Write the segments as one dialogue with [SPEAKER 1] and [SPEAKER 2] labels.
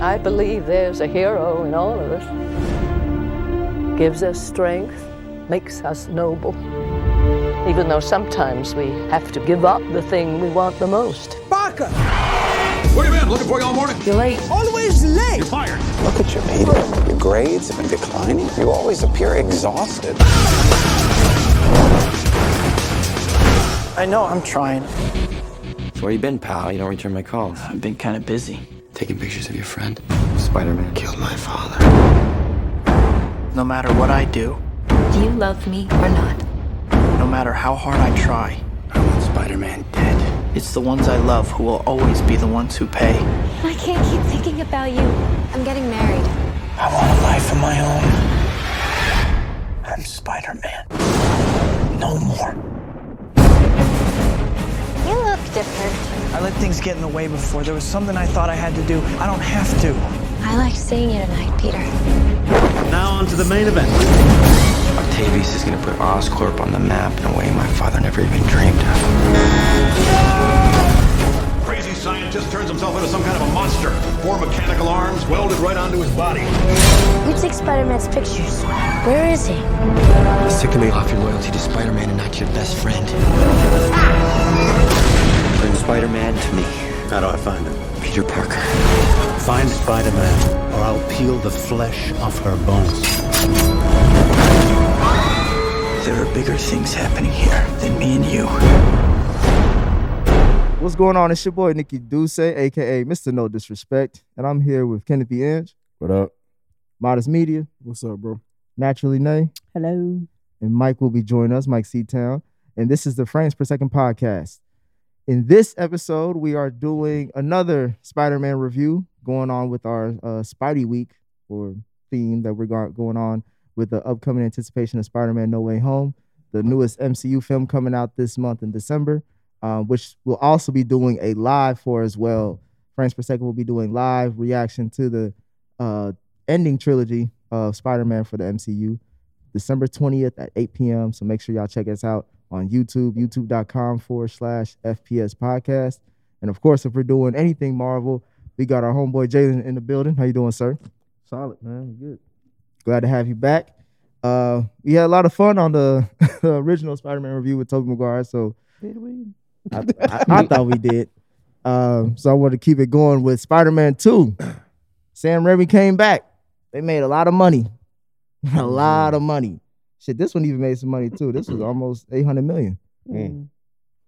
[SPEAKER 1] I believe there's a hero in all of us. Gives us strength, makes us noble. Even though sometimes we have to give up the thing we want the most.
[SPEAKER 2] Barker,
[SPEAKER 3] Where you been? Looking for you all morning.
[SPEAKER 1] You're late.
[SPEAKER 4] Oh.
[SPEAKER 2] always late.
[SPEAKER 3] Fired.
[SPEAKER 5] Look at your paper. Your grades have been declining. You always appear exhausted. I know, I'm trying.
[SPEAKER 6] Where you been, pal? You don't return my calls.
[SPEAKER 7] I've been kind of busy.
[SPEAKER 5] Taking pictures of your friend
[SPEAKER 6] Spider-Man.
[SPEAKER 5] killed my father.
[SPEAKER 7] No matter what I do,
[SPEAKER 8] Do you love me or not?
[SPEAKER 7] no matter how hard I try,
[SPEAKER 5] I want Spider Man dead.
[SPEAKER 7] it's the ones I love who will always be the ones who pay.
[SPEAKER 8] I can't keep thinking about you. I'm getting married.
[SPEAKER 5] I want a life of my own. I'm Spider Man. No more.
[SPEAKER 8] You look different.
[SPEAKER 7] I let things get in the way before. There was something I thought I had to do. I don't have to.
[SPEAKER 8] I liked seeing you tonight, Peter.
[SPEAKER 3] Now on to the main event.
[SPEAKER 6] Octavius is gonna put Oscorp on the map in a way my father never even dreamed of.
[SPEAKER 3] Crazy scientist turns himself into some kind of a monster. Four mechanical arms welded right onto his body.
[SPEAKER 8] You take Spider-Man's pictures. Where is he?
[SPEAKER 6] It's ticking me off your loyalty to Spider-Man and not to your best friend. Bring Spider-Man to me.
[SPEAKER 9] How do I find him?
[SPEAKER 6] Peter Parker.
[SPEAKER 9] Find Spider Man, or I'll peel the flesh off her bones.
[SPEAKER 7] There are bigger things happening here than me and you.
[SPEAKER 10] What's going on? It's your boy Nikki Duce, aka Mr. No Disrespect, and I'm here with Kenneth E. Inge,
[SPEAKER 11] What up?
[SPEAKER 10] Modest Media,
[SPEAKER 11] What's up, bro?
[SPEAKER 10] Naturally Nay,
[SPEAKER 1] Hello.
[SPEAKER 10] and Mike will be joining us, Mike C Town. And this is the Frames Per Second podcast. In this episode, we are doing another Spider Man review going on with our uh, Spidey Week or theme that we're go- going on with the upcoming anticipation of Spider Man No Way Home, the newest MCU film coming out this month in December, um, which we'll also be doing a live for as well. Frames Per Second will be doing live reaction to the uh, ending trilogy of Spider Man for the MCU. December 20th at 8 p.m. So make sure y'all check us out on YouTube, youtube.com forward slash FPS podcast. And of course, if we're doing anything Marvel, we got our homeboy Jalen in the building. How you doing, sir? Solid, man. Good. Glad to have you back. Uh, we had a lot of fun on the original Spider-Man review with Tobey Maguire, so did we? I, I, I thought we did. Um, so I want to keep it going with Spider-Man 2. Sam Raimi came back. They made a lot of money a lot of money. Shit, this one even made some money too. This was almost 800 million.
[SPEAKER 4] Mm,
[SPEAKER 1] Mm,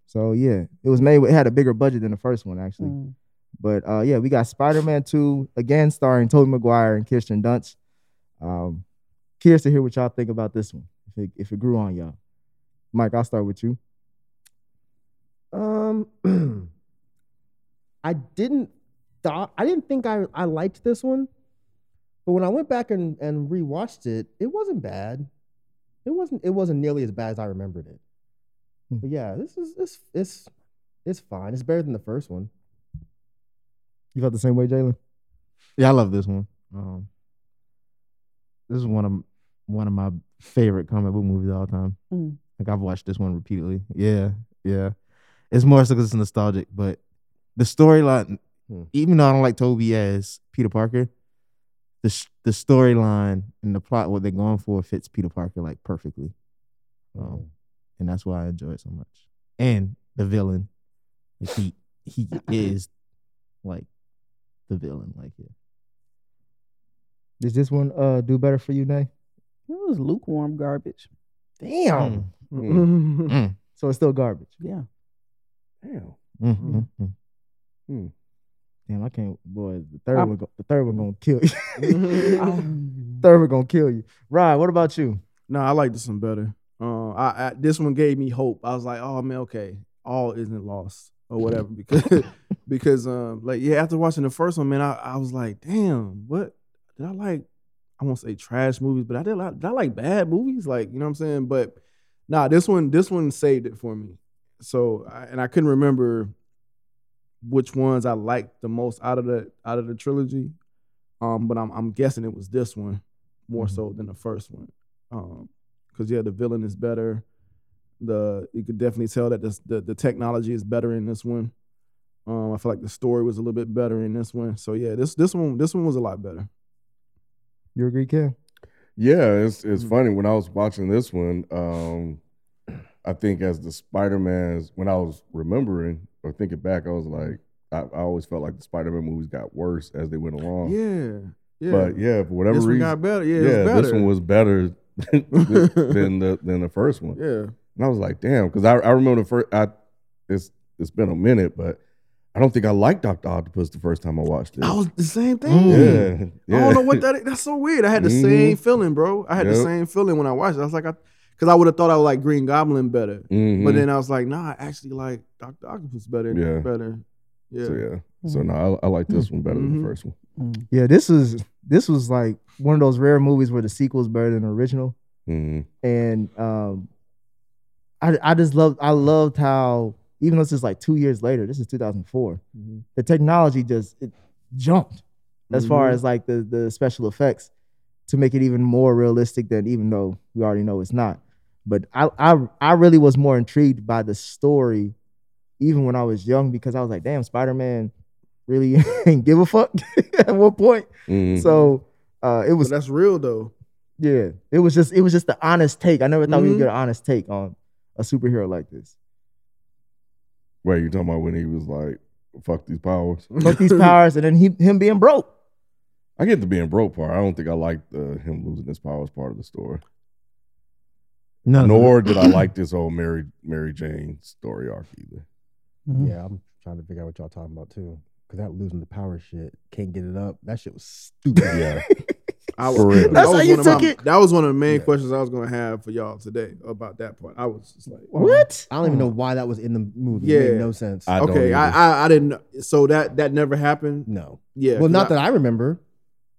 [SPEAKER 10] So yeah, it was made. with- It had a bigger budget than the first one actually.
[SPEAKER 1] mm.
[SPEAKER 10] But uh, yeah, we got Spider Man Two again, starring Tobey Maguire and Kirsten Dunst. Um, curious to hear what y'all think about this one. If it, if it grew on y'all, Mike, I'll start with you.
[SPEAKER 2] Um, I didn't thought I didn't think I I liked this one, but when I went back and and rewatched it, it wasn't bad. It wasn't it wasn't nearly as bad as I remembered it.
[SPEAKER 10] Hmm.
[SPEAKER 2] But yeah, this is it's it's it's fine. It's better than the first one.
[SPEAKER 10] You felt the same way, Jalen?
[SPEAKER 12] Yeah, I love this one. Um, this is one of one of my favorite comic book movies of all time.
[SPEAKER 1] Mm.
[SPEAKER 12] Like I've watched this one repeatedly. Yeah, yeah. It's more so because it's nostalgic, but the storyline.
[SPEAKER 10] Hmm.
[SPEAKER 2] Mm.
[SPEAKER 12] Even though I don't like Toby as Peter Parker, the s- the storyline and the plot what they're going for fits Peter Parker like perfectly.
[SPEAKER 10] Hmm.
[SPEAKER 12] Um, and that's why I enjoy it so much. And the villain, like he he is like the villain, like yeah.
[SPEAKER 10] Does this one uh, do better for you, Nay?
[SPEAKER 13] It was lukewarm garbage.
[SPEAKER 2] Damn.
[SPEAKER 12] Mm. Mm.
[SPEAKER 10] So it's still garbage. Mm-hmm.
[SPEAKER 13] Yeah.
[SPEAKER 2] Damn.
[SPEAKER 12] Mm, mm,
[SPEAKER 10] Damn, I can't. Boy, the third
[SPEAKER 13] I'm-
[SPEAKER 10] one, go- the third one gonna kill you.
[SPEAKER 13] Um,
[SPEAKER 10] third one gonna kill you. Ryan, what about you?
[SPEAKER 4] Um,
[SPEAKER 11] No, I like this one better. Uh, I, I this one gave me hope. I was like, oh man, okay.
[SPEAKER 4] all isn't lost or whatever because because um like yeah after watching the first one man I, I was like damn what did I like I won't say trash movies but I did like did I like bad movies like you know what I'm saying but nah this one this one saved it for me so I, and I couldn't remember which ones I liked the most out of the out of the trilogy um but I'm I'm guessing it was this one more so than the first one um because yeah the villain is better the you could definitely tell that this, the the technology is better in this one. Um, I feel like the story was a little bit better in this one. So yeah, this this one this one was a lot better.
[SPEAKER 10] You agree, Ken?
[SPEAKER 11] Yeah, it's it's funny when I was watching this one. Um, I think as the Spider Man's when I was remembering or thinking back, I was like, I, I always felt like the Spider Man movies got worse as they went along.
[SPEAKER 4] Yeah, yeah.
[SPEAKER 11] But yeah, for whatever
[SPEAKER 4] This one
[SPEAKER 11] reason,
[SPEAKER 4] got better. Yeah, it was
[SPEAKER 11] this
[SPEAKER 4] better.
[SPEAKER 11] one was better than the than the first one.
[SPEAKER 4] Yeah.
[SPEAKER 11] and I was like, damn, because I, I remember the first. I it's it's been a minute, but I don't think I liked Doctor Octopus the first time I watched it.
[SPEAKER 4] I was the same
[SPEAKER 7] Mm.
[SPEAKER 4] thing.
[SPEAKER 11] Yeah,
[SPEAKER 4] I don't know
[SPEAKER 11] yeah.
[SPEAKER 4] what that is. That's so weird. I had the
[SPEAKER 11] Mhm.
[SPEAKER 4] same feeling, bro. I had the
[SPEAKER 11] Yep.
[SPEAKER 4] same feeling when I watched it. I was like, I because I would have thought I would like Green Goblin better,
[SPEAKER 11] Mhm.
[SPEAKER 4] but then I was like, nah, I actually like Doctor Octopus better.
[SPEAKER 11] Yeah.
[SPEAKER 4] better. Yeah. Mm-hmm.
[SPEAKER 11] So yeah, so
[SPEAKER 12] Mm-hmm.
[SPEAKER 11] no, I, I like this one better than the first one.
[SPEAKER 10] Yeah, this was this was like one of those rare movies where the sequel's better than the original.
[SPEAKER 11] Mm-hmm.
[SPEAKER 10] and um, I I just loved I loved how even though this is like two years later, this is 2004, the technology just it jumped as far
[SPEAKER 12] Mhm.
[SPEAKER 10] as like the the special effects to make it even more realistic than even though we already know it's not. But I I I really was more intrigued by the story, even when I was young, because I was like, damn, Spider Man really ain't give a fuck at one point.
[SPEAKER 11] Mhm.
[SPEAKER 10] So uh, it was
[SPEAKER 4] But that's real though.
[SPEAKER 10] yeah, it was just it was just the honest take. I never thought we would
[SPEAKER 2] Mm-hmm.
[SPEAKER 4] Mhm.
[SPEAKER 10] get an honest take on a superhero like this.
[SPEAKER 11] Wait, you talking about when he was like, "Fuck these powers"?
[SPEAKER 10] Fuck these powers, and then he him being broke.
[SPEAKER 11] I get the being broke part. I don't think I liked uh, him losing his powers part of the story.
[SPEAKER 12] None of
[SPEAKER 11] Nor
[SPEAKER 12] it.
[SPEAKER 11] did I like this whole Mary Mary Jane story arc either.
[SPEAKER 2] Yeah, I'm trying to figure out what y'all talking about too. Cause that losing the power shit, can't get it up. That shit was stupid.
[SPEAKER 11] Yeah.
[SPEAKER 4] I was,
[SPEAKER 11] For real.
[SPEAKER 4] that
[SPEAKER 11] That's
[SPEAKER 4] was
[SPEAKER 11] how you
[SPEAKER 4] one of my-
[SPEAKER 11] took it?
[SPEAKER 4] That was one of the main questions I was gonna have for y'all today about that part. I was just like,
[SPEAKER 2] I don't even know why that was in the movie.
[SPEAKER 4] Yeah,
[SPEAKER 2] It made no sense.
[SPEAKER 11] Uh,
[SPEAKER 4] okay, I, I I didn't. So that that never happened.
[SPEAKER 2] No.
[SPEAKER 4] Yeah.
[SPEAKER 2] well, not
[SPEAKER 4] that
[SPEAKER 2] that I remember.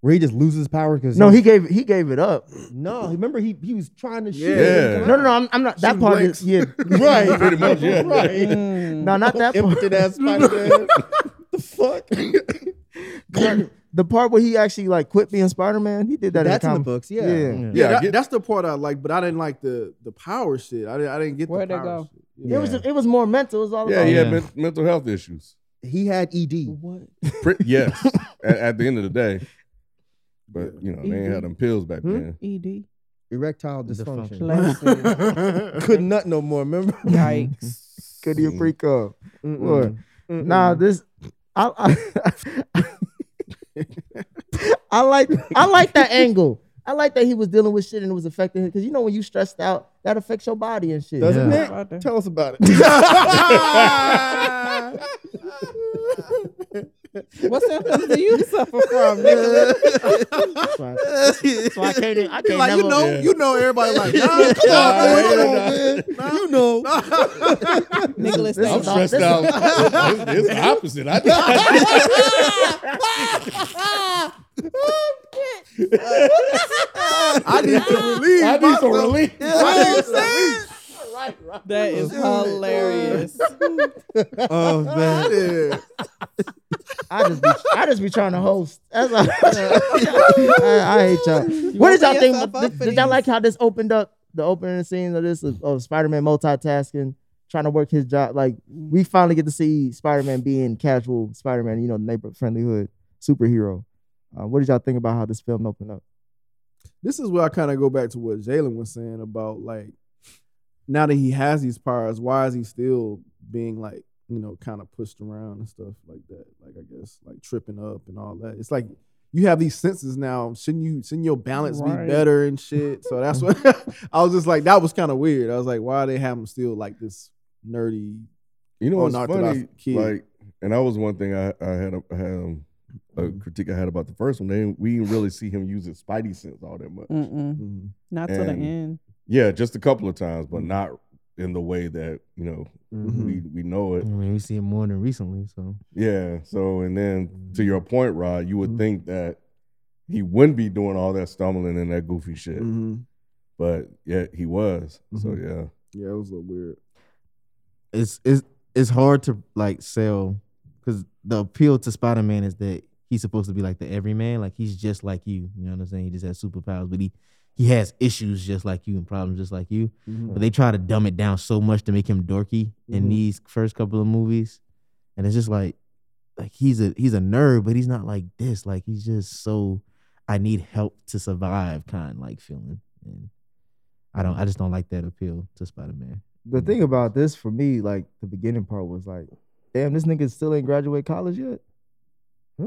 [SPEAKER 2] Where he just loses power because
[SPEAKER 10] No, he gave he gave it up.
[SPEAKER 2] No, remember he he was trying to shoot.
[SPEAKER 10] Yeah. No, no, no. I'm, I'm not that
[SPEAKER 2] Shoot
[SPEAKER 10] part.
[SPEAKER 2] blanks.
[SPEAKER 10] Is, yeah,
[SPEAKER 2] Right. Pretty much, yeah.
[SPEAKER 10] Right. No, not that
[SPEAKER 2] Impotent
[SPEAKER 10] part.
[SPEAKER 2] ass Spider-Man.
[SPEAKER 10] the, the part where he actually like quit being Spider Man. He did that.
[SPEAKER 4] That's
[SPEAKER 10] in,
[SPEAKER 4] in the
[SPEAKER 10] comic-
[SPEAKER 2] books,
[SPEAKER 10] Yeah.
[SPEAKER 4] yeah, that- that's the part I like, but I didn't like the the power shit. I didn't, I didn't get where'd the
[SPEAKER 10] they
[SPEAKER 4] power
[SPEAKER 10] go?
[SPEAKER 4] shit.
[SPEAKER 10] It was it was more mental. It was all
[SPEAKER 11] Yeah,
[SPEAKER 10] about E
[SPEAKER 11] he had men- mental health issues.
[SPEAKER 2] He had ED. What?
[SPEAKER 11] Pre- yes, at, at the end of the day. But you know they ain't had them pills back
[SPEAKER 4] Hmm?
[SPEAKER 11] then.
[SPEAKER 2] ED. Erectile dysfunction.
[SPEAKER 10] Dysfunction.
[SPEAKER 2] Could nut no more. Remember?
[SPEAKER 10] Yikes. Could you freak up? Lord. Nah, this I I, I like I like that angle. I like that he was dealing with shit and it was affecting him because you know when you stressed out, that affects your body and shit.
[SPEAKER 2] Doesn't it? Tell us about it.
[SPEAKER 13] What symptoms do you suffer from, Nicholas?
[SPEAKER 10] So I can't. I can't
[SPEAKER 4] like you
[SPEAKER 10] never-
[SPEAKER 4] know, you know, everybody like, nah, come on, man, come on, man.
[SPEAKER 2] You know.
[SPEAKER 13] Nicholas,
[SPEAKER 10] This
[SPEAKER 13] thank
[SPEAKER 10] is
[SPEAKER 13] you.
[SPEAKER 10] all- this is-
[SPEAKER 11] it's, the opposite. I
[SPEAKER 4] I need to relieve.
[SPEAKER 11] I need some relief.
[SPEAKER 13] That is hilarious.
[SPEAKER 12] Oh man.
[SPEAKER 10] I just be I just be trying to host. That's all. I, I hate y'all. what
[SPEAKER 13] open
[SPEAKER 10] did y'all think?
[SPEAKER 13] yourself
[SPEAKER 10] Did,
[SPEAKER 13] up for
[SPEAKER 10] did y'all
[SPEAKER 13] these.
[SPEAKER 10] like how this opened up the opening scene of this of, of Spider-Man multitasking, trying to work his job? Like we finally get to see Spider-Man being casual Spider-Man, you know, neighbor friendly hood superhero. Uh, what did y'all think about how this film opened up?
[SPEAKER 4] this is where I kind of go back to what Jalen was saying about like now that he has these powers, why is he still being like you know kind of pushed around and stuff like that? Like I guess like tripping up and all that. It's like you have these senses now. Shouldn't you? Shouldn't your balance
[SPEAKER 13] Right.
[SPEAKER 4] be better and shit? So that's what I was just like. That was kind of weird. I was like, why they have him still like this nerdy?
[SPEAKER 11] You know what's
[SPEAKER 4] unorthodox
[SPEAKER 11] funny? Like, and that was one thing I, I had a, I had um, a critique I had about the first one. They didn't- we didn't really see him use his Spidey sense all that much.
[SPEAKER 13] Mm-mm. Not till the
[SPEAKER 11] And-
[SPEAKER 13] end.
[SPEAKER 11] Yeah, just a couple of times, but not. in the way that you know
[SPEAKER 10] Mhm.
[SPEAKER 11] we we know it.
[SPEAKER 10] I mean, we see it more than recently, so
[SPEAKER 11] Yeah. So, and then to your point, Rod, you would think that he wouldn't be doing all that stumbling and that goofy shit,
[SPEAKER 2] Mhm.
[SPEAKER 11] but yeah, he was. So
[SPEAKER 2] Mhm.
[SPEAKER 11] yeah,
[SPEAKER 2] Yeah, it was a little weird.
[SPEAKER 10] it's it's it's hard to like sell because the appeal to Spider Man is that he's supposed to be like the everyman, like he's just like you. You know what I'm saying? He just has superpowers, but he he has issues just like you and problems just like you.
[SPEAKER 2] Mhm.
[SPEAKER 10] But they try to dumb it down so much to make him dorky in
[SPEAKER 2] Mhm.
[SPEAKER 10] these first couple of movies, and it's just like like he's a he's a nerd, but he's not like this. Like he's just so I need help to survive kind like feeling. And I don't I just don't like that appeal to Spider Man.
[SPEAKER 7] The thing about this for me, like the beginning part was like, damn, this nigga still ain't graduate college yet. Hmm?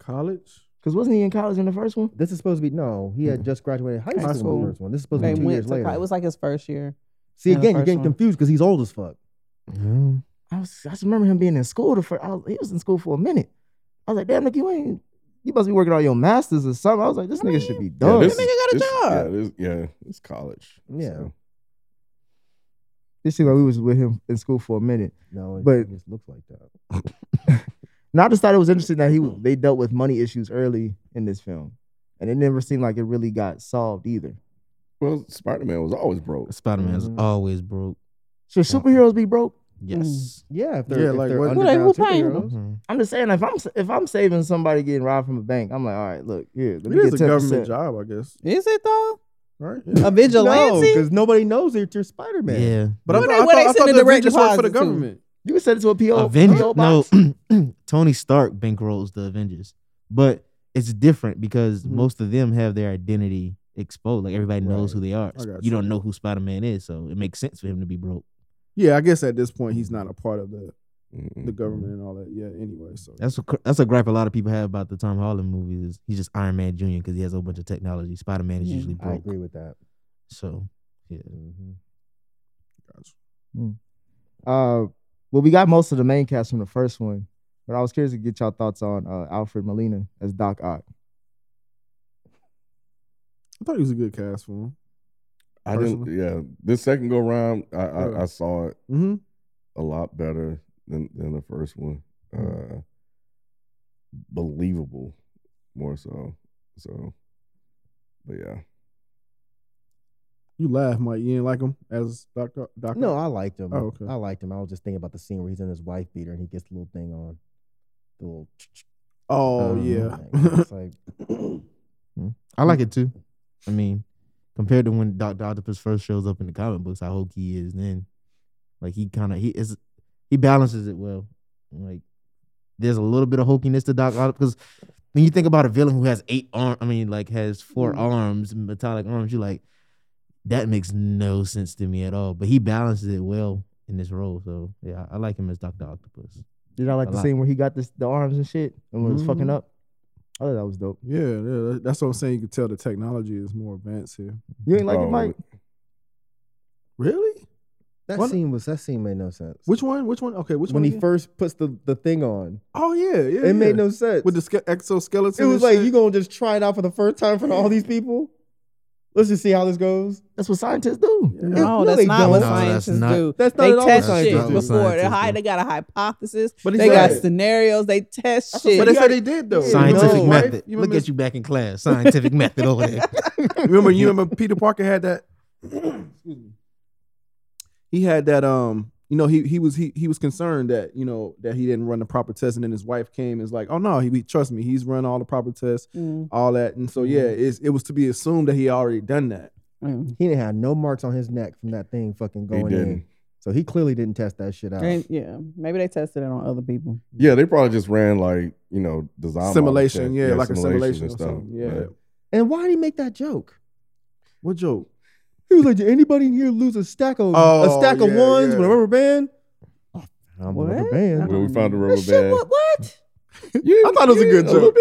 [SPEAKER 2] College?
[SPEAKER 7] Cause wasn't he in college in the first one?
[SPEAKER 4] This is supposed to be no. He
[SPEAKER 10] Hmm.
[SPEAKER 4] had just graduated high school, in the first one. This is supposed to
[SPEAKER 1] They
[SPEAKER 4] be two
[SPEAKER 1] went
[SPEAKER 4] years
[SPEAKER 1] to co-
[SPEAKER 4] later.
[SPEAKER 1] It was like his first year.
[SPEAKER 4] See
[SPEAKER 1] in the
[SPEAKER 4] again, you're
[SPEAKER 1] first
[SPEAKER 4] getting
[SPEAKER 1] one.
[SPEAKER 4] confused because he's old as fuck.
[SPEAKER 7] I was I just remember him being in school the first I was, he was in school for a minute. I was like, damn nigga, you ain't you must be working on your masters or something. I was like, this nigga should be
[SPEAKER 11] yeah
[SPEAKER 7] done.
[SPEAKER 11] this is- this- Yeah, this, yeah, it's college.
[SPEAKER 7] Yeah.
[SPEAKER 11] So,
[SPEAKER 7] This seemed like we was with him in school for a minute.
[SPEAKER 4] No, it,
[SPEAKER 7] But-
[SPEAKER 4] it just looks like that.
[SPEAKER 7] And I just thought it was interesting that he
[SPEAKER 2] Mm-hmm.
[SPEAKER 7] they dealt with money issues early in this film. And it never seemed like it really got solved either.
[SPEAKER 11] well, Spider Man was always broke.
[SPEAKER 10] Spider Man's
[SPEAKER 2] Mm-hmm.
[SPEAKER 10] always broke.
[SPEAKER 7] Should superheroes be broke? Mm.
[SPEAKER 10] Yes.
[SPEAKER 4] Yeah, if
[SPEAKER 10] they're- Yeah, if like, they're what- underground
[SPEAKER 7] who paying
[SPEAKER 10] superheroes.
[SPEAKER 7] them? I'm just saying, if I'm if I'm saving somebody getting robbed from a bank, I'm like, all right, look here, let
[SPEAKER 2] It
[SPEAKER 7] me
[SPEAKER 2] is
[SPEAKER 7] get
[SPEAKER 2] a
[SPEAKER 7] 10%.
[SPEAKER 2] government job, I guess.
[SPEAKER 1] Is it though?
[SPEAKER 2] Right?
[SPEAKER 1] A vigilante?
[SPEAKER 4] because nobody knows that you're Spider Man.
[SPEAKER 10] Yeah.
[SPEAKER 2] But I
[SPEAKER 1] Where
[SPEAKER 2] thought,
[SPEAKER 1] they-
[SPEAKER 2] I
[SPEAKER 1] where they
[SPEAKER 2] thought, I thought
[SPEAKER 1] sending
[SPEAKER 2] the
[SPEAKER 1] direct
[SPEAKER 2] Avengers worked for the
[SPEAKER 1] deposit to?
[SPEAKER 2] government.
[SPEAKER 7] You can send it to a PO.
[SPEAKER 10] Avengers.
[SPEAKER 7] PO
[SPEAKER 10] No,
[SPEAKER 7] box.
[SPEAKER 10] Tony Stark bankrolls the Avengers, but it's different because
[SPEAKER 7] Mm-hmm.
[SPEAKER 10] most of them have their identity exposed. Like everybody knows who they are.
[SPEAKER 2] I got
[SPEAKER 10] You don't know who Spider Man is, so it makes sense for him to be broke.
[SPEAKER 2] Yeah, I guess at this point he's not a part of the
[SPEAKER 11] Mm-mm.
[SPEAKER 2] the government and all that. Yeah, anyway. So
[SPEAKER 10] That's a, that's a gripe a lot of people have about the Tom Holland movies. Is he's just Iron Man Junior because he has a whole bunch of technology. Spider Man is
[SPEAKER 1] Yeah.
[SPEAKER 10] usually
[SPEAKER 4] I
[SPEAKER 10] broke.
[SPEAKER 4] agree with that.
[SPEAKER 10] So yeah,
[SPEAKER 7] Mm-hmm. Hmm. Uh, well, we got most of the main cast from the first one, but I was curious to get y'all thoughts on uh, Alfred Molina as Doc Ock.
[SPEAKER 2] I thought he was a good cast for him.
[SPEAKER 11] I didn't.
[SPEAKER 2] Personally?
[SPEAKER 11] Yeah, this second go round, I,
[SPEAKER 2] Yeah.
[SPEAKER 11] I, I saw it
[SPEAKER 2] hmm
[SPEAKER 11] a lot better than than the first one. Uh, believable, more so. So, but yeah,
[SPEAKER 2] You laugh, Mike. You didn't like him as Doctor Doctor.
[SPEAKER 4] No, I liked him.
[SPEAKER 2] Oh, okay.
[SPEAKER 4] I liked him. I was just thinking about the scene where he's in his wife beater and he gets the little thing on. The little
[SPEAKER 2] Oh
[SPEAKER 4] um,
[SPEAKER 2] yeah.
[SPEAKER 4] thing. It's like
[SPEAKER 10] hmm? I like it too. I mean, compared to when Doctor Octopus first shows up in the comic books, how hokey he is then. Like he kind of he is he balances it well. Like there's a little bit of hokiness to Doc Octopus because when you think about a villain who has eight arm, I mean like has four
[SPEAKER 7] Mm-hmm.
[SPEAKER 10] arms, metallic arms, you're like that makes no sense to me at all. But he balances it well in this role, so yeah, I, I like him as Doctor Octopus.
[SPEAKER 7] Did y'all like
[SPEAKER 10] A
[SPEAKER 7] the
[SPEAKER 10] lot.
[SPEAKER 7] scene where he got this, the arms and shit and was fucking
[SPEAKER 2] Mhm.
[SPEAKER 7] up? I thought that was dope.
[SPEAKER 2] Yeah, yeah, that- that's what I'm saying. You can tell the technology is more advanced here.
[SPEAKER 7] You ain't like it,
[SPEAKER 11] Oh,
[SPEAKER 7] Mike?
[SPEAKER 2] Really?
[SPEAKER 4] that
[SPEAKER 2] What?
[SPEAKER 4] scene was that scene made no sense.
[SPEAKER 2] Which one? Which one? Okay, which
[SPEAKER 4] when
[SPEAKER 2] one?
[SPEAKER 4] he
[SPEAKER 2] again?
[SPEAKER 4] first puts the, the thing on,
[SPEAKER 2] oh yeah, yeah.
[SPEAKER 4] it made
[SPEAKER 2] yeah.
[SPEAKER 4] no sense.
[SPEAKER 2] with the ske- exoskeleton.
[SPEAKER 4] it was
[SPEAKER 2] and
[SPEAKER 4] like
[SPEAKER 2] shit.
[SPEAKER 4] you gonna just try it out for the first time for all these people. Let's just see how this goes.
[SPEAKER 7] That's what scientists do.
[SPEAKER 2] Yeah.
[SPEAKER 1] No,
[SPEAKER 4] No,
[SPEAKER 1] Oh, that's
[SPEAKER 4] they
[SPEAKER 1] not what
[SPEAKER 10] don't. No, that's
[SPEAKER 1] scientists
[SPEAKER 10] not-
[SPEAKER 1] do.
[SPEAKER 4] That's not
[SPEAKER 1] they
[SPEAKER 4] at all what
[SPEAKER 1] test
[SPEAKER 10] scientists
[SPEAKER 1] shit
[SPEAKER 10] do.
[SPEAKER 1] before they
[SPEAKER 10] Scientists
[SPEAKER 1] hi-
[SPEAKER 10] do.
[SPEAKER 1] They got a hypothesis.
[SPEAKER 2] But he
[SPEAKER 1] they got
[SPEAKER 2] said-
[SPEAKER 1] scenarios. They test shit.
[SPEAKER 2] But they
[SPEAKER 1] You
[SPEAKER 2] said
[SPEAKER 1] gotta-
[SPEAKER 2] they did though.
[SPEAKER 10] Scientific
[SPEAKER 2] No, right?
[SPEAKER 10] method.
[SPEAKER 2] You
[SPEAKER 10] Look
[SPEAKER 2] remember,
[SPEAKER 10] at you back in class. Scientific method over there.
[SPEAKER 2] remember you remember Peter Parker had that. excuse me. He had that. Um, you know, he he was he he was concerned that you know that he didn't run the proper test, and then his wife came and was like, "Oh no, he, he trust me, he's run all the proper tests,
[SPEAKER 1] Mm,
[SPEAKER 2] all that." And so yeah,
[SPEAKER 4] Mm.
[SPEAKER 2] it's, it was to be assumed that he already done that.
[SPEAKER 1] mm.
[SPEAKER 4] He didn't have no marks on his neck from that thing fucking going in.
[SPEAKER 11] didn't.
[SPEAKER 4] So he clearly didn't test that shit out.
[SPEAKER 1] And, yeah, maybe they tested it on other people.
[SPEAKER 11] yeah, they probably just ran like you know design
[SPEAKER 2] Simulation, yeah, like a simulation or something. Yeah.
[SPEAKER 4] And why did he make that joke?
[SPEAKER 2] What joke?
[SPEAKER 4] He was like, "Did anybody in here lose a stack of
[SPEAKER 2] Oh,
[SPEAKER 4] a stack of
[SPEAKER 2] yeah,
[SPEAKER 4] ones
[SPEAKER 2] yeah.
[SPEAKER 4] with a rubber band?" I'm a
[SPEAKER 1] What?
[SPEAKER 4] rubber band.
[SPEAKER 11] Well, we found a
[SPEAKER 1] Mm-hmm. That
[SPEAKER 11] rubber
[SPEAKER 1] shit,
[SPEAKER 11] band.
[SPEAKER 1] what? what?
[SPEAKER 4] I thought it was a good joke.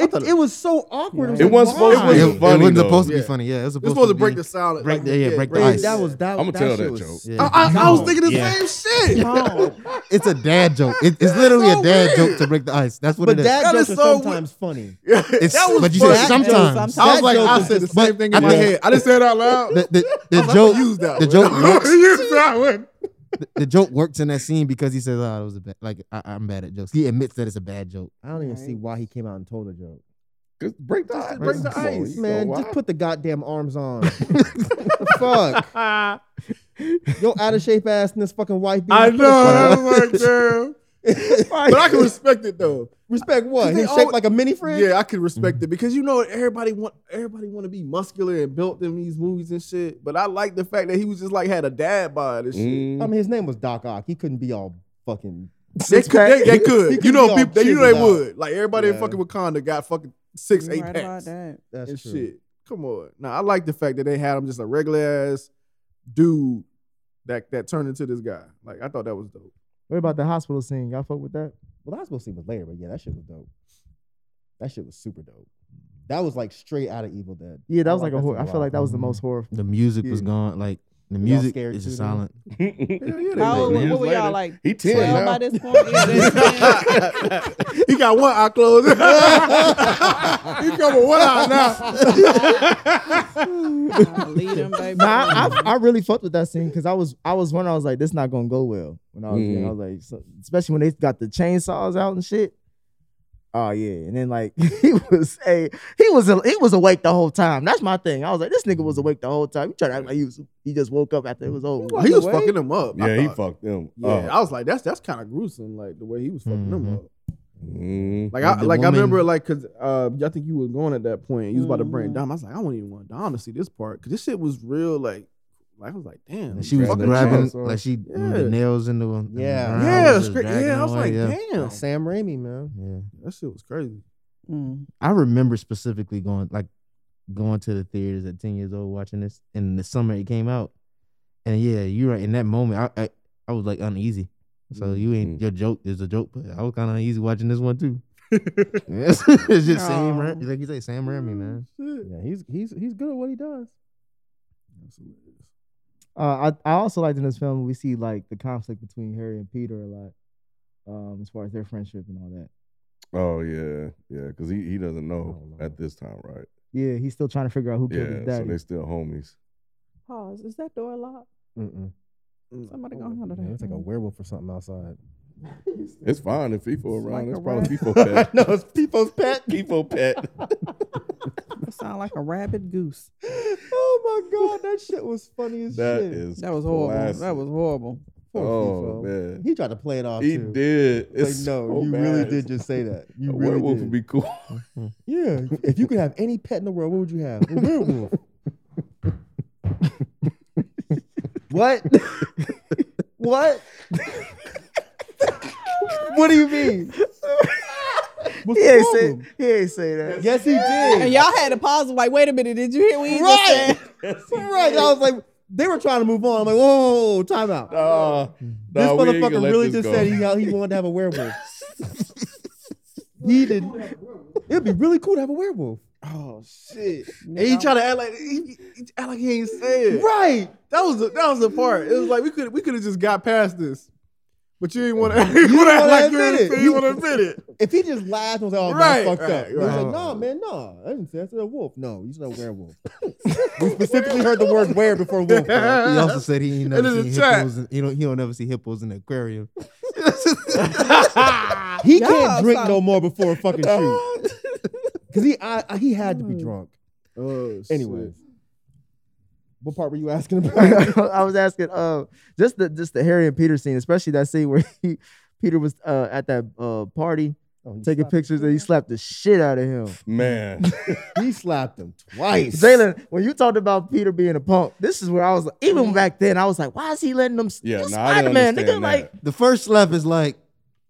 [SPEAKER 2] It, it was so awkward.
[SPEAKER 4] It
[SPEAKER 2] It was
[SPEAKER 4] wasn't
[SPEAKER 2] like,
[SPEAKER 4] supposed to
[SPEAKER 2] why?
[SPEAKER 4] be It wasn't funny, though.
[SPEAKER 12] supposed to be
[SPEAKER 4] Yeah.
[SPEAKER 12] funny. Yeah, it was
[SPEAKER 4] It's
[SPEAKER 12] supposed,
[SPEAKER 4] supposed to
[SPEAKER 12] be-
[SPEAKER 4] break the silent,
[SPEAKER 12] Break
[SPEAKER 4] like,
[SPEAKER 12] the, yeah,
[SPEAKER 4] yeah,
[SPEAKER 12] break the
[SPEAKER 4] break-
[SPEAKER 12] ice.
[SPEAKER 2] That was- that-
[SPEAKER 11] I'ma that tell shit that was- joke.
[SPEAKER 12] Yeah.
[SPEAKER 4] I, I, I was
[SPEAKER 12] No.
[SPEAKER 4] thinking the
[SPEAKER 12] Yeah.
[SPEAKER 4] same shit.
[SPEAKER 12] It's a dad joke. It- it's literally a dad
[SPEAKER 4] weird.
[SPEAKER 12] joke to break the ice. That's what
[SPEAKER 2] But
[SPEAKER 12] it is.
[SPEAKER 2] that
[SPEAKER 4] That
[SPEAKER 2] joke
[SPEAKER 4] is
[SPEAKER 2] is
[SPEAKER 4] so
[SPEAKER 2] sometimes funny.
[SPEAKER 12] It's-
[SPEAKER 4] that was
[SPEAKER 12] but you
[SPEAKER 4] funny.
[SPEAKER 12] said
[SPEAKER 4] That joke
[SPEAKER 12] sometimes.
[SPEAKER 4] I was like,
[SPEAKER 2] That
[SPEAKER 4] I
[SPEAKER 2] joke
[SPEAKER 4] said the
[SPEAKER 2] was
[SPEAKER 4] same
[SPEAKER 12] just-
[SPEAKER 4] thing
[SPEAKER 12] I
[SPEAKER 4] in my
[SPEAKER 12] think-
[SPEAKER 4] head. I didn't say it out loud.
[SPEAKER 12] The, the,
[SPEAKER 4] I
[SPEAKER 12] the
[SPEAKER 4] was like,
[SPEAKER 12] joke,
[SPEAKER 4] I used that
[SPEAKER 12] the
[SPEAKER 4] one.
[SPEAKER 12] joke works.
[SPEAKER 4] I used that one.
[SPEAKER 12] The joke worked in that scene because he says, "Oh, it was a bad, like I, I'm bad at jokes." He admits that it's a bad joke.
[SPEAKER 2] I don't even see why he came out and told a joke.
[SPEAKER 11] Just break the ice.
[SPEAKER 4] break the
[SPEAKER 11] Come on,
[SPEAKER 4] ice,
[SPEAKER 11] you know
[SPEAKER 2] Man,
[SPEAKER 11] why?
[SPEAKER 2] just put the goddamn arms on. Fuck. Yo, out of shape ass and this fucking wife. beating
[SPEAKER 4] I
[SPEAKER 2] the
[SPEAKER 4] know. I was like, damn.
[SPEAKER 2] fuck out of-
[SPEAKER 4] But I can respect it though.
[SPEAKER 2] respect what?
[SPEAKER 4] 'Cause they
[SPEAKER 2] Him shaped
[SPEAKER 4] always-
[SPEAKER 2] like a mini fridge.
[SPEAKER 4] Yeah, I can respect
[SPEAKER 12] Mm.
[SPEAKER 4] it because you know everybody want everybody want to be muscular and built in these movies and shit. But I like the fact that he was just like had a dad bod and shit.
[SPEAKER 11] Mm.
[SPEAKER 2] I mean, his name was Doc Ock. He couldn't be all fucking.
[SPEAKER 4] They could, they, they
[SPEAKER 2] He
[SPEAKER 4] could.
[SPEAKER 2] could be
[SPEAKER 4] You know,
[SPEAKER 2] all
[SPEAKER 4] people, they, you know they
[SPEAKER 2] chiseled out.
[SPEAKER 4] would. Like everybody in
[SPEAKER 2] Yeah.
[SPEAKER 4] fucking Wakanda got fucking six, eight
[SPEAKER 13] right about
[SPEAKER 4] packs
[SPEAKER 13] that.
[SPEAKER 2] That's
[SPEAKER 4] and
[SPEAKER 2] true.
[SPEAKER 4] shit. Come on. Now I like the fact that they had him just a regular ass dude that that turned into this guy. Like I thought that was dope.
[SPEAKER 10] What about the hospital scene? Y'all fuck with that?
[SPEAKER 2] Well, I was supposed to see it later, but yeah, that shit was dope. That shit was super dope. That was like straight out of Evil Dead.
[SPEAKER 10] Yeah, that
[SPEAKER 2] I
[SPEAKER 10] was
[SPEAKER 2] like
[SPEAKER 10] like a
[SPEAKER 2] that
[SPEAKER 10] horror.
[SPEAKER 2] scene
[SPEAKER 10] I
[SPEAKER 2] a
[SPEAKER 10] feel
[SPEAKER 2] lot. Mm-hmm.
[SPEAKER 10] like that was the
[SPEAKER 12] Mhm.
[SPEAKER 10] most horror.
[SPEAKER 12] The music was
[SPEAKER 2] Yeah.
[SPEAKER 12] gone. Like the
[SPEAKER 2] Y'all
[SPEAKER 12] music
[SPEAKER 2] scared
[SPEAKER 12] is
[SPEAKER 2] too,
[SPEAKER 12] just
[SPEAKER 2] then?
[SPEAKER 12] silent.
[SPEAKER 2] Mm-hmm.
[SPEAKER 13] How old-
[SPEAKER 11] Years
[SPEAKER 13] what were y'all
[SPEAKER 11] later.
[SPEAKER 13] like?
[SPEAKER 11] He 10
[SPEAKER 13] 12
[SPEAKER 11] now.
[SPEAKER 13] by this point. Yeah, they 10.
[SPEAKER 4] he got one eye closed. he come with one eye now.
[SPEAKER 13] Nah, Lead them, baby.
[SPEAKER 10] Nah, I, I, I really fucked with that scene because I was I was wondering I was like this not gonna go well when I was young. I
[SPEAKER 12] Mm-hmm.
[SPEAKER 10] was like so, especially when they got the chainsaws out and shit. Oh yeah, and then like he was a he was a, he was awake the whole time. That's my thing. I was like this nigga was awake the whole time. You try to act like he was he just woke up after it was over.
[SPEAKER 4] He was fucking him up. I
[SPEAKER 11] Yeah, he
[SPEAKER 2] Uh-uh.
[SPEAKER 4] thought.
[SPEAKER 11] fucked them. Uh-uh.
[SPEAKER 4] Yeah,
[SPEAKER 11] up.
[SPEAKER 4] I was like, that's that's kind of gruesome. Like the way he was fucking him
[SPEAKER 12] Mhm.
[SPEAKER 4] up.
[SPEAKER 11] Mm.
[SPEAKER 4] Like I
[SPEAKER 12] The
[SPEAKER 4] like I
[SPEAKER 12] woman-
[SPEAKER 4] remember like because uh I think you were going at that point. You was about to bring
[SPEAKER 13] Mhm.
[SPEAKER 4] Dom. I was like, I don't even want Dom to see this part because this shit was real. Like, like, I was like, damn.
[SPEAKER 12] And she was
[SPEAKER 11] Grab the
[SPEAKER 12] grabbing
[SPEAKER 11] chainsaw.
[SPEAKER 12] like she
[SPEAKER 4] Yeah.
[SPEAKER 11] Mm-hmm.
[SPEAKER 12] the nails into him.
[SPEAKER 2] Yeah.
[SPEAKER 4] yeah, it's cra- yeah. I was like,
[SPEAKER 12] yeah.
[SPEAKER 4] damn.
[SPEAKER 2] Sam Raimi, man.
[SPEAKER 12] yeah.
[SPEAKER 4] That shit was crazy.
[SPEAKER 13] Mm.
[SPEAKER 12] I remember specifically going like going to the theaters at 10 years old watching this and in the summer it came out. And yeah, you're right. In that moment, I I, I was like uneasy. So
[SPEAKER 10] Mm-hmm.
[SPEAKER 12] you ain't your joke is a joke, but I was kind of uneasy watching this one too. it's just Sam, Ra-
[SPEAKER 13] Aw.
[SPEAKER 12] like you say, Sam
[SPEAKER 2] Mm.
[SPEAKER 12] Raimi, man.
[SPEAKER 4] Shit.
[SPEAKER 2] Yeah, he's he's he's good at what he does.
[SPEAKER 10] Uh, I I also liked in this film we see like the conflict between Harry and Peter a lot, um, as far as their friendship and all that.
[SPEAKER 11] Oh yeah, yeah, because he, he doesn't know
[SPEAKER 10] Oh, Lord.
[SPEAKER 11] at this time, right?
[SPEAKER 10] Yeah, he's still trying to figure out who killed his
[SPEAKER 11] Yeah, so
[SPEAKER 10] daddy.
[SPEAKER 11] they still homies.
[SPEAKER 13] Pause. Is that door locked?
[SPEAKER 2] Mm-mm. Oh,
[SPEAKER 13] Somebody gonna handle that.
[SPEAKER 2] it's like a werewolf or something outside.
[SPEAKER 11] It's fine if FIFO
[SPEAKER 13] like
[SPEAKER 11] around. It's
[SPEAKER 13] a
[SPEAKER 11] probably
[SPEAKER 13] rat.
[SPEAKER 11] FIFO pet.
[SPEAKER 2] no, it's people's pet.
[SPEAKER 11] FIFO pet.
[SPEAKER 13] It sound like a rabid goose.
[SPEAKER 2] oh my god, that shit was funny as
[SPEAKER 11] That
[SPEAKER 2] shit.
[SPEAKER 11] is
[SPEAKER 13] That was horrible. That
[SPEAKER 11] classic.
[SPEAKER 13] was horrible.
[SPEAKER 2] Poor
[SPEAKER 11] Oh
[SPEAKER 2] Fifo.
[SPEAKER 11] man,
[SPEAKER 2] He tried to play it off.
[SPEAKER 11] he
[SPEAKER 2] too.
[SPEAKER 11] did.
[SPEAKER 2] It's
[SPEAKER 11] It's
[SPEAKER 2] like, no,
[SPEAKER 11] so
[SPEAKER 2] you
[SPEAKER 11] bad.
[SPEAKER 2] really did just say that. You
[SPEAKER 11] A
[SPEAKER 2] really
[SPEAKER 11] werewolf
[SPEAKER 2] did.
[SPEAKER 11] would be cool.
[SPEAKER 2] yeah, if you could have any pet in the world, what would you have? A werewolf. what? what? what do you mean? What's
[SPEAKER 10] He
[SPEAKER 2] the
[SPEAKER 10] ain't say
[SPEAKER 2] problem?
[SPEAKER 10] he ain't say that.
[SPEAKER 2] Yes, he
[SPEAKER 13] And
[SPEAKER 2] did.
[SPEAKER 13] y'all had to pause. Like, wait a minute. Did you hear what he just
[SPEAKER 2] Right.
[SPEAKER 13] said?
[SPEAKER 2] right. I was like, they were trying to move on. I'm like, whoa, whoa, whoa, time out.
[SPEAKER 11] Uh, Nah,
[SPEAKER 2] this
[SPEAKER 11] nah, we ain't gonna
[SPEAKER 2] motherfucker
[SPEAKER 11] let
[SPEAKER 2] really
[SPEAKER 11] this go.
[SPEAKER 2] just said he, he wanted to have a werewolf. he did. It'd be really cool to have a werewolf.
[SPEAKER 4] Oh shit! And he tried to act like he, he act like he ain't said.
[SPEAKER 2] Right.
[SPEAKER 4] That was the, that was the part. It was like we could we could have just got past this, but you didn't want to. You want to act
[SPEAKER 2] wanna
[SPEAKER 4] like you
[SPEAKER 2] admit
[SPEAKER 4] didn't
[SPEAKER 2] it.
[SPEAKER 4] say you want to admit it.
[SPEAKER 2] If he just laughed and was like, oh,
[SPEAKER 4] Right,
[SPEAKER 2] man, I fucked up.
[SPEAKER 4] right,
[SPEAKER 2] He was
[SPEAKER 4] right.
[SPEAKER 2] like, no, man, no. I didn't say that. I said a wolf. No, you said a werewolf. we specifically heard the word were before wolf. man.
[SPEAKER 12] He also said he ain't never
[SPEAKER 4] is a
[SPEAKER 12] seen
[SPEAKER 4] trap.
[SPEAKER 12] hippos. In, he don't he don't never see hippos in the aquarium.
[SPEAKER 2] He
[SPEAKER 13] Y'all
[SPEAKER 2] can't drink
[SPEAKER 13] some-
[SPEAKER 2] no more before a fucking shoot. Because he, I, I- he had to be drunk.
[SPEAKER 4] Oh, shit.
[SPEAKER 2] Anyways. What part were you asking about?
[SPEAKER 10] I was asking, uh, just the just the Harry and Peter scene, especially that scene where he, Peter was uh, at that uh, party
[SPEAKER 2] Oh, he
[SPEAKER 10] taking
[SPEAKER 2] slapped
[SPEAKER 10] pictures and he slapped the shit out of him.
[SPEAKER 11] Man,
[SPEAKER 2] him. He slapped him twice.
[SPEAKER 10] Jalen, when you talked about Peter being a punk, this is where I was like, even back then, I was like, why is he letting them?
[SPEAKER 11] yeah,
[SPEAKER 10] you
[SPEAKER 11] nah, I didn't
[SPEAKER 10] Spider-Man,
[SPEAKER 11] understand
[SPEAKER 10] nigga,
[SPEAKER 11] that.
[SPEAKER 10] like
[SPEAKER 12] the first slap is like,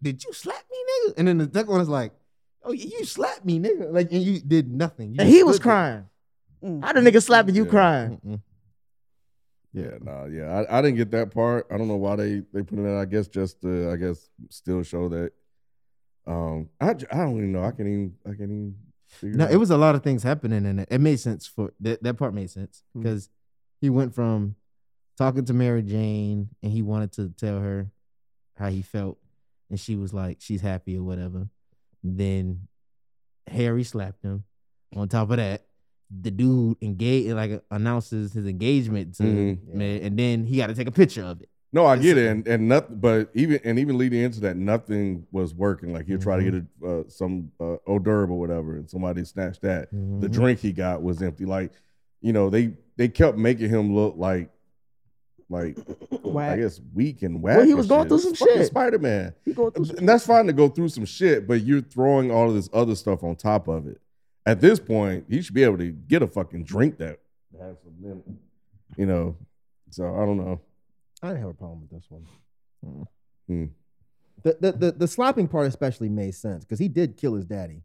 [SPEAKER 12] "Did you slap me, nigga?" And then the second one is like, "Oh, you you slapped me, nigga!" Like, and you did nothing. You
[SPEAKER 10] and
[SPEAKER 12] just
[SPEAKER 10] he was
[SPEAKER 12] stood there.
[SPEAKER 10] crying.
[SPEAKER 13] Mm.
[SPEAKER 10] How the nigga slapping you
[SPEAKER 11] Yeah.
[SPEAKER 10] crying?
[SPEAKER 12] Mm-mm.
[SPEAKER 11] Yeah, nah, yeah. I, I didn't get that part. I don't know why they they put it in. I guess just to I guess still show that Um, I, j- I don't even know. I can even I can even. Figure
[SPEAKER 10] No,
[SPEAKER 11] out.
[SPEAKER 10] it was a lot of things happening in it. It made sense for that. That part made sense
[SPEAKER 4] Mm.
[SPEAKER 10] because he went from talking to Mary Jane and he wanted to tell her how he felt, and she was like, "She's happy or whatever." Then Harry slapped him. On top of that, the dude engage like announces his engagement to
[SPEAKER 11] Mhm.
[SPEAKER 4] Mm-hmm.
[SPEAKER 10] Ma- and then he got to take a picture of it.
[SPEAKER 11] No, I get it, and and nothing. But even and even leading into that, nothing was working. Like he'll try to get a,
[SPEAKER 2] Mm-hmm.
[SPEAKER 11] uh, some uh, hors d'oeuvre or whatever, and somebody snatched that. The
[SPEAKER 2] Mm-hmm.
[SPEAKER 10] Mhm.
[SPEAKER 11] drink he got was empty. Like you know, they they kept making him look like like I
[SPEAKER 2] Whack.
[SPEAKER 11] guess weak and whack.
[SPEAKER 2] Well, he was going through some shit.
[SPEAKER 11] Spider Man.
[SPEAKER 2] He going through some
[SPEAKER 11] And that's fine to go through some shit, but you're throwing all of this other stuff on top of it. At this point, he should be able to get a fucking drink that has a limit. You know, so I don't know.
[SPEAKER 4] I didn't have a problem with this one.
[SPEAKER 11] Hmm.
[SPEAKER 4] The the the, the slapping part especially made sense because he did kill his daddy.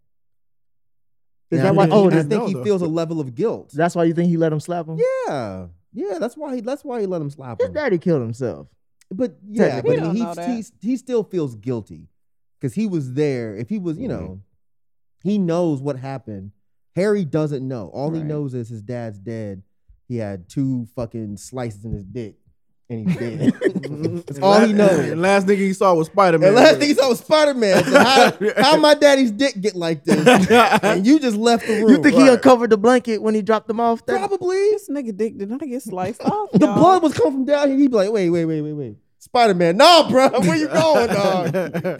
[SPEAKER 7] Is
[SPEAKER 4] And
[SPEAKER 7] that
[SPEAKER 4] I
[SPEAKER 7] why-
[SPEAKER 4] think-
[SPEAKER 7] oh,
[SPEAKER 4] and I
[SPEAKER 7] that's-
[SPEAKER 4] think
[SPEAKER 7] no,
[SPEAKER 4] he
[SPEAKER 7] though.
[SPEAKER 4] feels a level of guilt.
[SPEAKER 7] That's why you think he let him slap him?
[SPEAKER 4] Yeah, yeah. That's why he. That's why he let him slap him.
[SPEAKER 7] Daddy killed himself.
[SPEAKER 4] But yeah,
[SPEAKER 7] Technically. We
[SPEAKER 4] but
[SPEAKER 7] don't
[SPEAKER 4] he,
[SPEAKER 7] know that.
[SPEAKER 4] he he still feels guilty because he was there. If he was, you know, he knows what happened. Harry doesn't know. All he knows is his dad's dead. He had two fucking slices in his dick, and he's dead. That's all he knows.
[SPEAKER 14] And last nigga he saw was Spider Man.
[SPEAKER 4] And last thing he saw was Spider Man. how, how my daddy's dick get like this? and you just left the room.
[SPEAKER 7] You think he uncovered the blanket when he dropped him off? That,
[SPEAKER 4] Probably.
[SPEAKER 2] This nigga dick did not get sliced off.
[SPEAKER 4] the blood was coming from down here? He'd be like, wait, wait, wait, wait, wait. Spider Man, nah, bro, where you going, dog?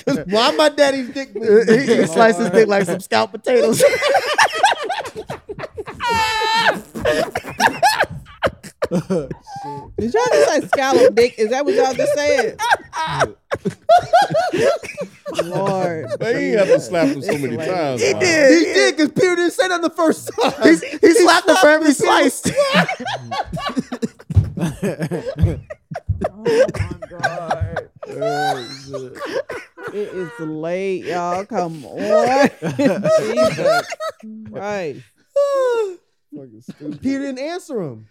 [SPEAKER 4] 'Cause Why my daddy's dick?
[SPEAKER 7] he, he sliced his dick like some scalp potatoes.
[SPEAKER 2] Did y'all just say scallop dick? Is that what y'all just said? Lord.
[SPEAKER 11] They ain't have to slap him so many times.
[SPEAKER 2] He
[SPEAKER 11] man.
[SPEAKER 7] did.
[SPEAKER 4] He did because Peter didn't say that on the first time.
[SPEAKER 7] He's- he slapped the firm he sliced.
[SPEAKER 2] It is late, y'all. Come on. Jesus Christ.
[SPEAKER 4] Peter didn't answer him.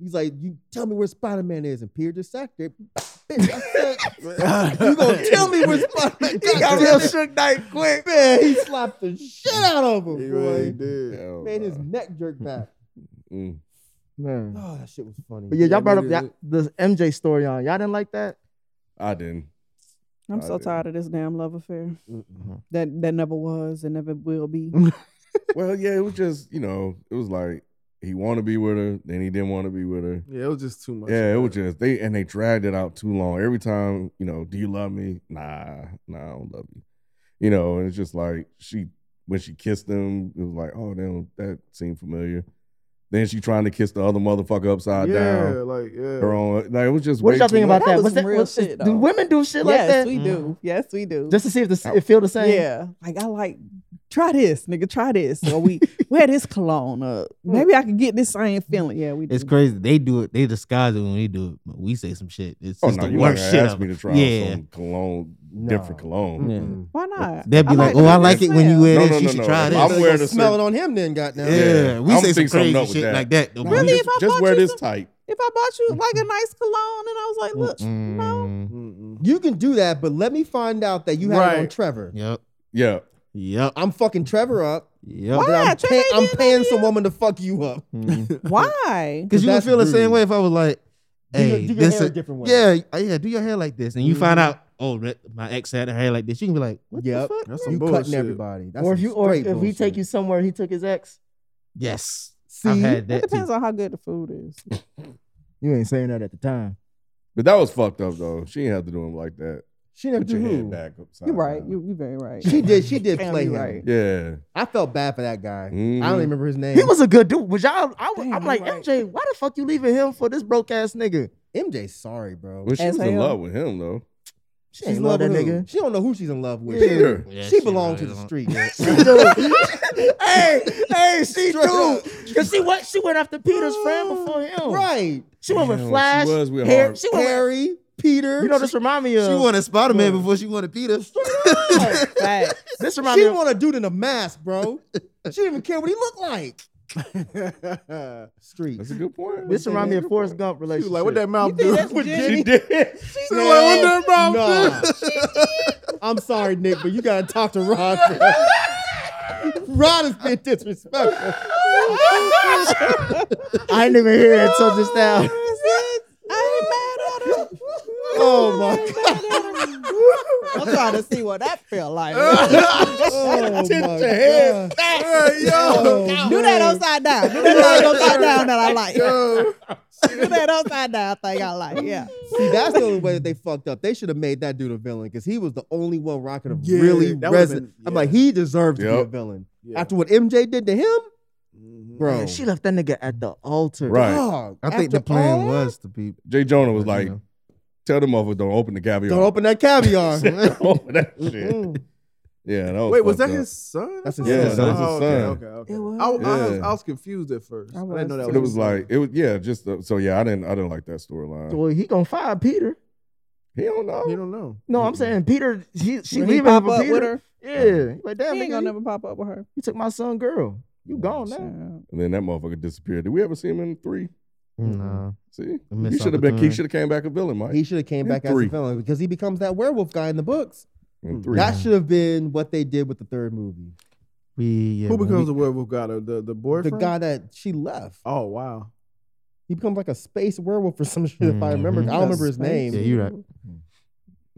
[SPEAKER 4] He's like, you tell me where Spider Man is, and Peter just sat there. Bitch, I said, you gonna tell me where Spider Man? He
[SPEAKER 7] got real shook night quick.
[SPEAKER 4] Man, he slapped the shit out of him.
[SPEAKER 14] He
[SPEAKER 4] boy.
[SPEAKER 14] really did.
[SPEAKER 11] Hell
[SPEAKER 4] Made his
[SPEAKER 11] nah.
[SPEAKER 4] neck jerk back.
[SPEAKER 11] Mm.
[SPEAKER 7] Man.
[SPEAKER 4] Oh, that shit was funny.
[SPEAKER 7] But yeah, y'all brought up
[SPEAKER 14] nigga.
[SPEAKER 7] y'all, the MJ story on. Y'all didn't like that?
[SPEAKER 11] I didn't.
[SPEAKER 2] I'm so
[SPEAKER 11] I didn't.
[SPEAKER 2] tired of this damn love affair. That that never was and never will be.
[SPEAKER 11] Well, yeah, it was just you know, it was like he wanted to be with her, then he didn't want to be with her.
[SPEAKER 14] Yeah, it was just too much.
[SPEAKER 11] Yeah, it was just they and they dragged it out too long. Every time, you know, do you love me? Nah, nah, I don't love you. You know, and it's just like she when she kissed him, it was like, oh damn, that seemed familiar. Then she trying to kiss the other motherfucker upside
[SPEAKER 14] yeah,
[SPEAKER 11] down.
[SPEAKER 14] like yeah.
[SPEAKER 11] Her own, like it was just.
[SPEAKER 7] What
[SPEAKER 11] way
[SPEAKER 7] y'all
[SPEAKER 11] too
[SPEAKER 7] think
[SPEAKER 11] much.
[SPEAKER 7] about that?
[SPEAKER 2] was
[SPEAKER 7] What's
[SPEAKER 2] some
[SPEAKER 7] that?
[SPEAKER 2] real
[SPEAKER 7] what's-
[SPEAKER 2] shit,
[SPEAKER 7] do
[SPEAKER 2] though.
[SPEAKER 7] women do shit like
[SPEAKER 2] yes,
[SPEAKER 7] that?
[SPEAKER 2] we
[SPEAKER 10] Mm-hmm.
[SPEAKER 2] do. Yes, we do.
[SPEAKER 7] Just to see if this, it feel the same.
[SPEAKER 2] Yeah, like I like try this, nigga. Try this. Or we wear this cologne. Uh, maybe I can get this same feeling. Yeah, we.
[SPEAKER 10] It's
[SPEAKER 2] do.
[SPEAKER 10] crazy. They do it. They disguise it when we do it. But we say some shit. It's,
[SPEAKER 11] Oh
[SPEAKER 10] it's
[SPEAKER 11] no,
[SPEAKER 10] the
[SPEAKER 11] you
[SPEAKER 10] worst
[SPEAKER 11] not
[SPEAKER 10] shit.
[SPEAKER 11] gonna ask
[SPEAKER 10] of
[SPEAKER 11] me
[SPEAKER 10] it.
[SPEAKER 11] to try
[SPEAKER 10] yeah.
[SPEAKER 11] some cologne, different cologne.
[SPEAKER 10] Yeah.
[SPEAKER 2] Why not?
[SPEAKER 10] They'd be
[SPEAKER 2] I
[SPEAKER 10] like, "Oh, I
[SPEAKER 2] the
[SPEAKER 10] like it when you
[SPEAKER 2] smell."
[SPEAKER 10] wear
[SPEAKER 11] No,
[SPEAKER 10] this.
[SPEAKER 11] no,
[SPEAKER 10] you
[SPEAKER 11] no,
[SPEAKER 10] should
[SPEAKER 11] no.
[SPEAKER 10] try this."
[SPEAKER 11] I'm wearing a
[SPEAKER 4] Smell it
[SPEAKER 11] certain-
[SPEAKER 4] on him then, goddamn.
[SPEAKER 10] Yeah, we
[SPEAKER 11] I'm
[SPEAKER 10] say some
[SPEAKER 11] think something
[SPEAKER 10] crazy
[SPEAKER 11] up with
[SPEAKER 10] shit like that. though.
[SPEAKER 2] Really?
[SPEAKER 11] Just,
[SPEAKER 2] If I
[SPEAKER 11] just
[SPEAKER 2] bought
[SPEAKER 11] wear
[SPEAKER 2] you
[SPEAKER 11] this
[SPEAKER 2] some-
[SPEAKER 11] type.
[SPEAKER 2] If I bought you like a nice cologne, and I was like, "Look,
[SPEAKER 10] Mm-hmm.
[SPEAKER 2] no,
[SPEAKER 10] Mm.
[SPEAKER 14] Mm-mm.
[SPEAKER 4] You can do that, but let me find out that you had it on
[SPEAKER 14] Right.
[SPEAKER 4] Trevor.
[SPEAKER 10] Yep.
[SPEAKER 11] Yeah.
[SPEAKER 10] Yep.
[SPEAKER 4] I'm fucking Trevor up.
[SPEAKER 10] Yep.
[SPEAKER 4] but I'm,
[SPEAKER 2] Why? Trevor
[SPEAKER 4] pay-
[SPEAKER 2] ain't
[SPEAKER 4] I'm
[SPEAKER 2] getting
[SPEAKER 4] paying some woman to fuck you up.
[SPEAKER 2] why?"
[SPEAKER 10] Because Mm. you would
[SPEAKER 4] that's
[SPEAKER 10] feel the same
[SPEAKER 4] rude.
[SPEAKER 10] way if I was like,
[SPEAKER 4] Do your-
[SPEAKER 10] "Hey,
[SPEAKER 4] do your
[SPEAKER 10] this
[SPEAKER 4] hair
[SPEAKER 10] a-
[SPEAKER 4] a different way." Mm-hmm.
[SPEAKER 10] Yeah, oh, yeah. Do your hair like this," and you find out, "Oh, that- my ex had her hair like this." You can be like, "What the
[SPEAKER 4] Yep.
[SPEAKER 10] fuck?"
[SPEAKER 14] That's some
[SPEAKER 4] You
[SPEAKER 14] bullshit.
[SPEAKER 4] cutting everybody. That's
[SPEAKER 7] or if
[SPEAKER 4] some
[SPEAKER 7] you, or if
[SPEAKER 4] straight
[SPEAKER 7] he take
[SPEAKER 4] bullshit.
[SPEAKER 7] you somewhere, he took his ex.
[SPEAKER 10] Yes.
[SPEAKER 4] See,
[SPEAKER 10] I've had
[SPEAKER 2] It
[SPEAKER 10] that.
[SPEAKER 2] depends
[SPEAKER 10] too.
[SPEAKER 2] on how good the food is.
[SPEAKER 7] You ain't saying that at the time.
[SPEAKER 11] But that was fucked up though. She didn't have to do him like that.
[SPEAKER 4] she didn't
[SPEAKER 11] Put your
[SPEAKER 4] do
[SPEAKER 11] head
[SPEAKER 4] who?
[SPEAKER 11] back upside.
[SPEAKER 2] You're right.
[SPEAKER 11] down.
[SPEAKER 2] You you very right.
[SPEAKER 4] She did. She did
[SPEAKER 2] Damn,
[SPEAKER 4] play
[SPEAKER 2] you
[SPEAKER 4] him.
[SPEAKER 2] right.
[SPEAKER 11] yeah.
[SPEAKER 4] I felt bad for that guy. I
[SPEAKER 11] Mhm.
[SPEAKER 4] don't remember his name.
[SPEAKER 7] He was a good dude, but y'all, I,
[SPEAKER 2] Damn,
[SPEAKER 7] am
[SPEAKER 2] you
[SPEAKER 7] like
[SPEAKER 2] right.
[SPEAKER 7] MJ. Why the fuck you leaving him for this broke ass nigga?
[SPEAKER 4] MJ. Sorry, bro.
[SPEAKER 11] Well, she
[SPEAKER 2] As
[SPEAKER 11] was in
[SPEAKER 2] hell.
[SPEAKER 11] love with him though.
[SPEAKER 7] She ain't love that
[SPEAKER 4] with who?
[SPEAKER 7] nigga.
[SPEAKER 4] She don't know who she's in love with.
[SPEAKER 11] Peter.
[SPEAKER 10] Yeah,
[SPEAKER 4] she
[SPEAKER 10] she
[SPEAKER 4] belongs
[SPEAKER 10] really
[SPEAKER 4] to the
[SPEAKER 10] don't.
[SPEAKER 4] street.
[SPEAKER 7] hey, hey, she
[SPEAKER 4] Straight
[SPEAKER 7] do.
[SPEAKER 4] up.
[SPEAKER 7] Cause she went, she went after Peter's friend before him.
[SPEAKER 4] right.
[SPEAKER 7] She went
[SPEAKER 11] Damn,
[SPEAKER 7] with
[SPEAKER 11] she
[SPEAKER 7] Flash.
[SPEAKER 11] was with
[SPEAKER 7] Har-
[SPEAKER 11] Harvey.
[SPEAKER 7] She went. with-
[SPEAKER 4] Harry, Peter.
[SPEAKER 7] You know, this remind me of.
[SPEAKER 10] She wanted Spider Man before she wanted Peter.
[SPEAKER 2] Fact.
[SPEAKER 7] this
[SPEAKER 4] she
[SPEAKER 7] remind me. Of,
[SPEAKER 4] want a dude in a mask, bro. she didn't even care what he looked like.
[SPEAKER 2] Street.
[SPEAKER 11] That's a good point.
[SPEAKER 2] This remind me of Forrest Gump
[SPEAKER 4] She was
[SPEAKER 2] relationship.
[SPEAKER 4] like, what that mouth do?
[SPEAKER 2] She did.
[SPEAKER 4] She was like, what that mouth do?
[SPEAKER 15] I'm sorry, Nick, but you gotta talk to Rod. bro. Rod has been disrespectful.
[SPEAKER 2] I didn't even hear it until just now.
[SPEAKER 15] Oh my god.
[SPEAKER 16] I'm trying to see what that feel like.
[SPEAKER 15] oh, my God.
[SPEAKER 16] yo. Do that upside down. Do that thing upside down that I like. Do that upside down thing I like. Yeah.
[SPEAKER 15] See, that's the only way that they fucked up. They should have made that dude a villain because he was the only one rocking a
[SPEAKER 4] Yeah,
[SPEAKER 15] really
[SPEAKER 4] that would've
[SPEAKER 15] resonant.
[SPEAKER 4] been-
[SPEAKER 15] I'm like, he deserves to be a
[SPEAKER 11] Yep.
[SPEAKER 15] villain. After what MJ did to him, bro.
[SPEAKER 2] Man, she left that nigga at the altar.
[SPEAKER 11] Right.
[SPEAKER 15] Dog,
[SPEAKER 10] I think
[SPEAKER 15] after
[SPEAKER 10] the plan
[SPEAKER 15] all
[SPEAKER 10] was to be
[SPEAKER 11] Jay Jonah was like, tell them motherfuckers don't open the caviar.
[SPEAKER 15] Don't open that caviar.
[SPEAKER 11] Don't open that shit. Yeah, that was
[SPEAKER 4] Wait, was
[SPEAKER 11] fucked
[SPEAKER 4] that
[SPEAKER 11] up.
[SPEAKER 4] his son?
[SPEAKER 15] That's his
[SPEAKER 11] Yeah,
[SPEAKER 15] son.
[SPEAKER 11] that's his
[SPEAKER 4] Oh,
[SPEAKER 11] son.
[SPEAKER 4] Okay, okay. okay.
[SPEAKER 16] It was.
[SPEAKER 4] I, I, was,
[SPEAKER 11] Yeah.
[SPEAKER 4] I was confused at first. I, didn't know that
[SPEAKER 11] But
[SPEAKER 4] was.
[SPEAKER 11] it was like it was yeah, just uh, so yeah. I didn't I didn't like that storyline.
[SPEAKER 2] Well, he gonna fire Peter.
[SPEAKER 11] He don't know.
[SPEAKER 4] you don't know.
[SPEAKER 2] No, I'm saying Peter. He, she
[SPEAKER 16] When he
[SPEAKER 2] leaving
[SPEAKER 16] pop
[SPEAKER 2] with
[SPEAKER 16] up
[SPEAKER 2] Peter.
[SPEAKER 16] with her.
[SPEAKER 2] Yeah, like damn,
[SPEAKER 16] He ain't
[SPEAKER 2] nigga,
[SPEAKER 16] gonna
[SPEAKER 2] you,
[SPEAKER 16] never pop up with her.
[SPEAKER 2] you took my son, girl. You gone now.
[SPEAKER 11] And then that motherfucker disappeared. Did we ever see him in three?
[SPEAKER 10] no.
[SPEAKER 11] See,
[SPEAKER 10] I missed
[SPEAKER 11] he should have been. He
[SPEAKER 10] opportunity.
[SPEAKER 11] should have came back a villain, Mike.
[SPEAKER 15] He should have came
[SPEAKER 11] In
[SPEAKER 15] back as
[SPEAKER 11] three.
[SPEAKER 15] a villain because he becomes that werewolf guy in the books.
[SPEAKER 11] in three.
[SPEAKER 15] That should have been what they did with the third movie.
[SPEAKER 10] We yeah,
[SPEAKER 4] Who
[SPEAKER 10] man,
[SPEAKER 4] becomes
[SPEAKER 10] we,
[SPEAKER 4] the werewolf god? The the, the
[SPEAKER 15] The
[SPEAKER 4] boyfriend.
[SPEAKER 15] guy that she left.
[SPEAKER 4] Oh wow.
[SPEAKER 15] He becomes like a space werewolf or some shit, if
[SPEAKER 2] Mm-hmm.
[SPEAKER 15] I remember. I
[SPEAKER 10] Mhm.
[SPEAKER 15] don't remember his
[SPEAKER 16] Space.
[SPEAKER 15] name.
[SPEAKER 10] Yeah, you're right.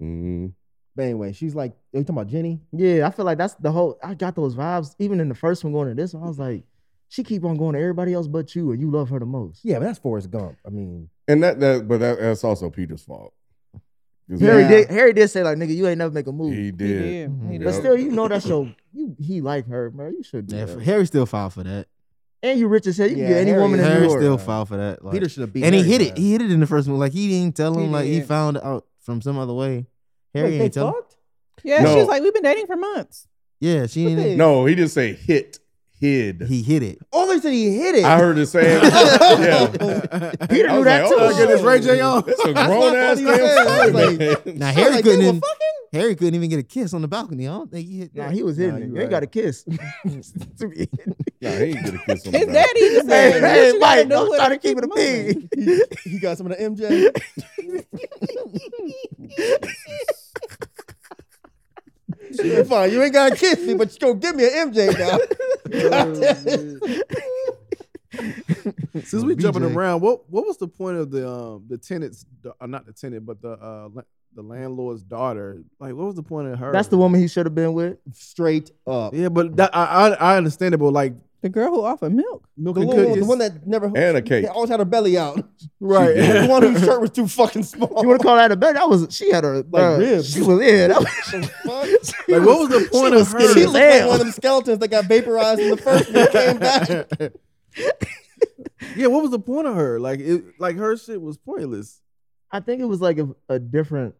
[SPEAKER 11] Mhm.
[SPEAKER 15] But anyway, she's like, are you talking about Jenny?
[SPEAKER 2] Yeah, I feel like that's the whole. I got those vibes even in the first one going to this one. I was like, she keep on going to everybody else but you, and you love her the most.
[SPEAKER 15] Yeah, but that's Forrest Gump. I mean,
[SPEAKER 11] And that that but that, that's also Peter's fault. 'Cause
[SPEAKER 2] Harry
[SPEAKER 16] Yeah.
[SPEAKER 2] did. Harry did say like, nigga, you ain't never make a move.
[SPEAKER 11] He
[SPEAKER 16] He
[SPEAKER 11] did.
[SPEAKER 16] did. He
[SPEAKER 2] but
[SPEAKER 16] did.
[SPEAKER 2] still, you know that's your. You he like her, man. You should do
[SPEAKER 10] yeah,
[SPEAKER 2] that.
[SPEAKER 10] Harry still filed for that.
[SPEAKER 2] And you rich as hell. You
[SPEAKER 15] Yeah,
[SPEAKER 2] can get any
[SPEAKER 15] Harry-
[SPEAKER 2] woman in New
[SPEAKER 10] Harry
[SPEAKER 2] York.
[SPEAKER 10] still filed for that. Like,
[SPEAKER 15] Peter should have beat
[SPEAKER 10] and he
[SPEAKER 15] Harry
[SPEAKER 10] hit
[SPEAKER 15] for
[SPEAKER 10] it.
[SPEAKER 15] that.
[SPEAKER 10] He hit it in the first one. Like he didn't tell him.
[SPEAKER 16] He
[SPEAKER 10] like he
[SPEAKER 16] did.
[SPEAKER 10] found out from some other way.
[SPEAKER 15] Wait,
[SPEAKER 10] Harry
[SPEAKER 15] they
[SPEAKER 10] ain't tell.
[SPEAKER 15] fucked?
[SPEAKER 16] Yeah,
[SPEAKER 11] No.
[SPEAKER 16] she's like, we've been dating for months.
[SPEAKER 10] Yeah, she ain't.
[SPEAKER 11] No, he didn't say hit. Hid.
[SPEAKER 10] He hit it.
[SPEAKER 15] Oh, they said he hit it.
[SPEAKER 11] I heard it saying. yeah.
[SPEAKER 2] Peter
[SPEAKER 11] I
[SPEAKER 2] knew
[SPEAKER 11] was
[SPEAKER 2] that
[SPEAKER 11] like,
[SPEAKER 2] too.
[SPEAKER 11] oh my goodness, Ray
[SPEAKER 4] J on.
[SPEAKER 11] That's a grown
[SPEAKER 15] what I thought
[SPEAKER 11] ass
[SPEAKER 15] he
[SPEAKER 11] damn
[SPEAKER 15] was
[SPEAKER 11] song,
[SPEAKER 15] saying. I was
[SPEAKER 11] man.
[SPEAKER 10] Now
[SPEAKER 15] I was
[SPEAKER 10] Harry
[SPEAKER 15] like, they
[SPEAKER 10] couldn't.
[SPEAKER 15] were
[SPEAKER 10] Even,
[SPEAKER 15] fucking?
[SPEAKER 10] Harry couldn't even get a kiss on the balcony. I don't think he hit.
[SPEAKER 2] Nah,
[SPEAKER 10] that.
[SPEAKER 2] he was
[SPEAKER 15] Nah,
[SPEAKER 2] hitting. you.
[SPEAKER 15] you
[SPEAKER 2] You ain't
[SPEAKER 15] right.
[SPEAKER 2] got a kiss. To be-
[SPEAKER 11] Nah, he ain't get a kiss on the
[SPEAKER 16] His
[SPEAKER 11] back.
[SPEAKER 16] daddy just
[SPEAKER 2] hey,
[SPEAKER 16] said,
[SPEAKER 2] hey,
[SPEAKER 16] "What you gotta
[SPEAKER 2] Mike,
[SPEAKER 16] do
[SPEAKER 2] I'm
[SPEAKER 16] with
[SPEAKER 2] trying to
[SPEAKER 16] it?
[SPEAKER 2] keep it a
[SPEAKER 16] moving."
[SPEAKER 2] pig.
[SPEAKER 15] He, he got some of the MJ. You're fine. You ain't gotta kiss me, but you gonna give me an MJ now.
[SPEAKER 4] Since we jumping
[SPEAKER 10] BJ.
[SPEAKER 4] around, what what was the point of the um the tenant's da- uh, not the tenant but the uh la- the landlord's daughter? Like, what was the point of her?
[SPEAKER 2] That's the woman he should have been with.
[SPEAKER 15] Straight up.
[SPEAKER 4] Yeah, but that, I, I I understand it, but like
[SPEAKER 16] The girl who offered milk.
[SPEAKER 4] milk
[SPEAKER 15] The,
[SPEAKER 4] and
[SPEAKER 15] little,
[SPEAKER 4] cookies,
[SPEAKER 15] the one that never
[SPEAKER 11] And a cake.
[SPEAKER 15] that always had her belly out.
[SPEAKER 4] right?
[SPEAKER 15] the one whose shirt was too fucking small.
[SPEAKER 2] You want to call that a bet? That was she had her like
[SPEAKER 15] ribs.
[SPEAKER 2] She was in. That was, she
[SPEAKER 4] Like, what was the point of her?
[SPEAKER 15] She looked like one of them skeletons that got vaporized in the first and it came back.
[SPEAKER 4] yeah, what was the point of her? Like, it, like her shit was pointless.
[SPEAKER 2] I think it was like a, a different.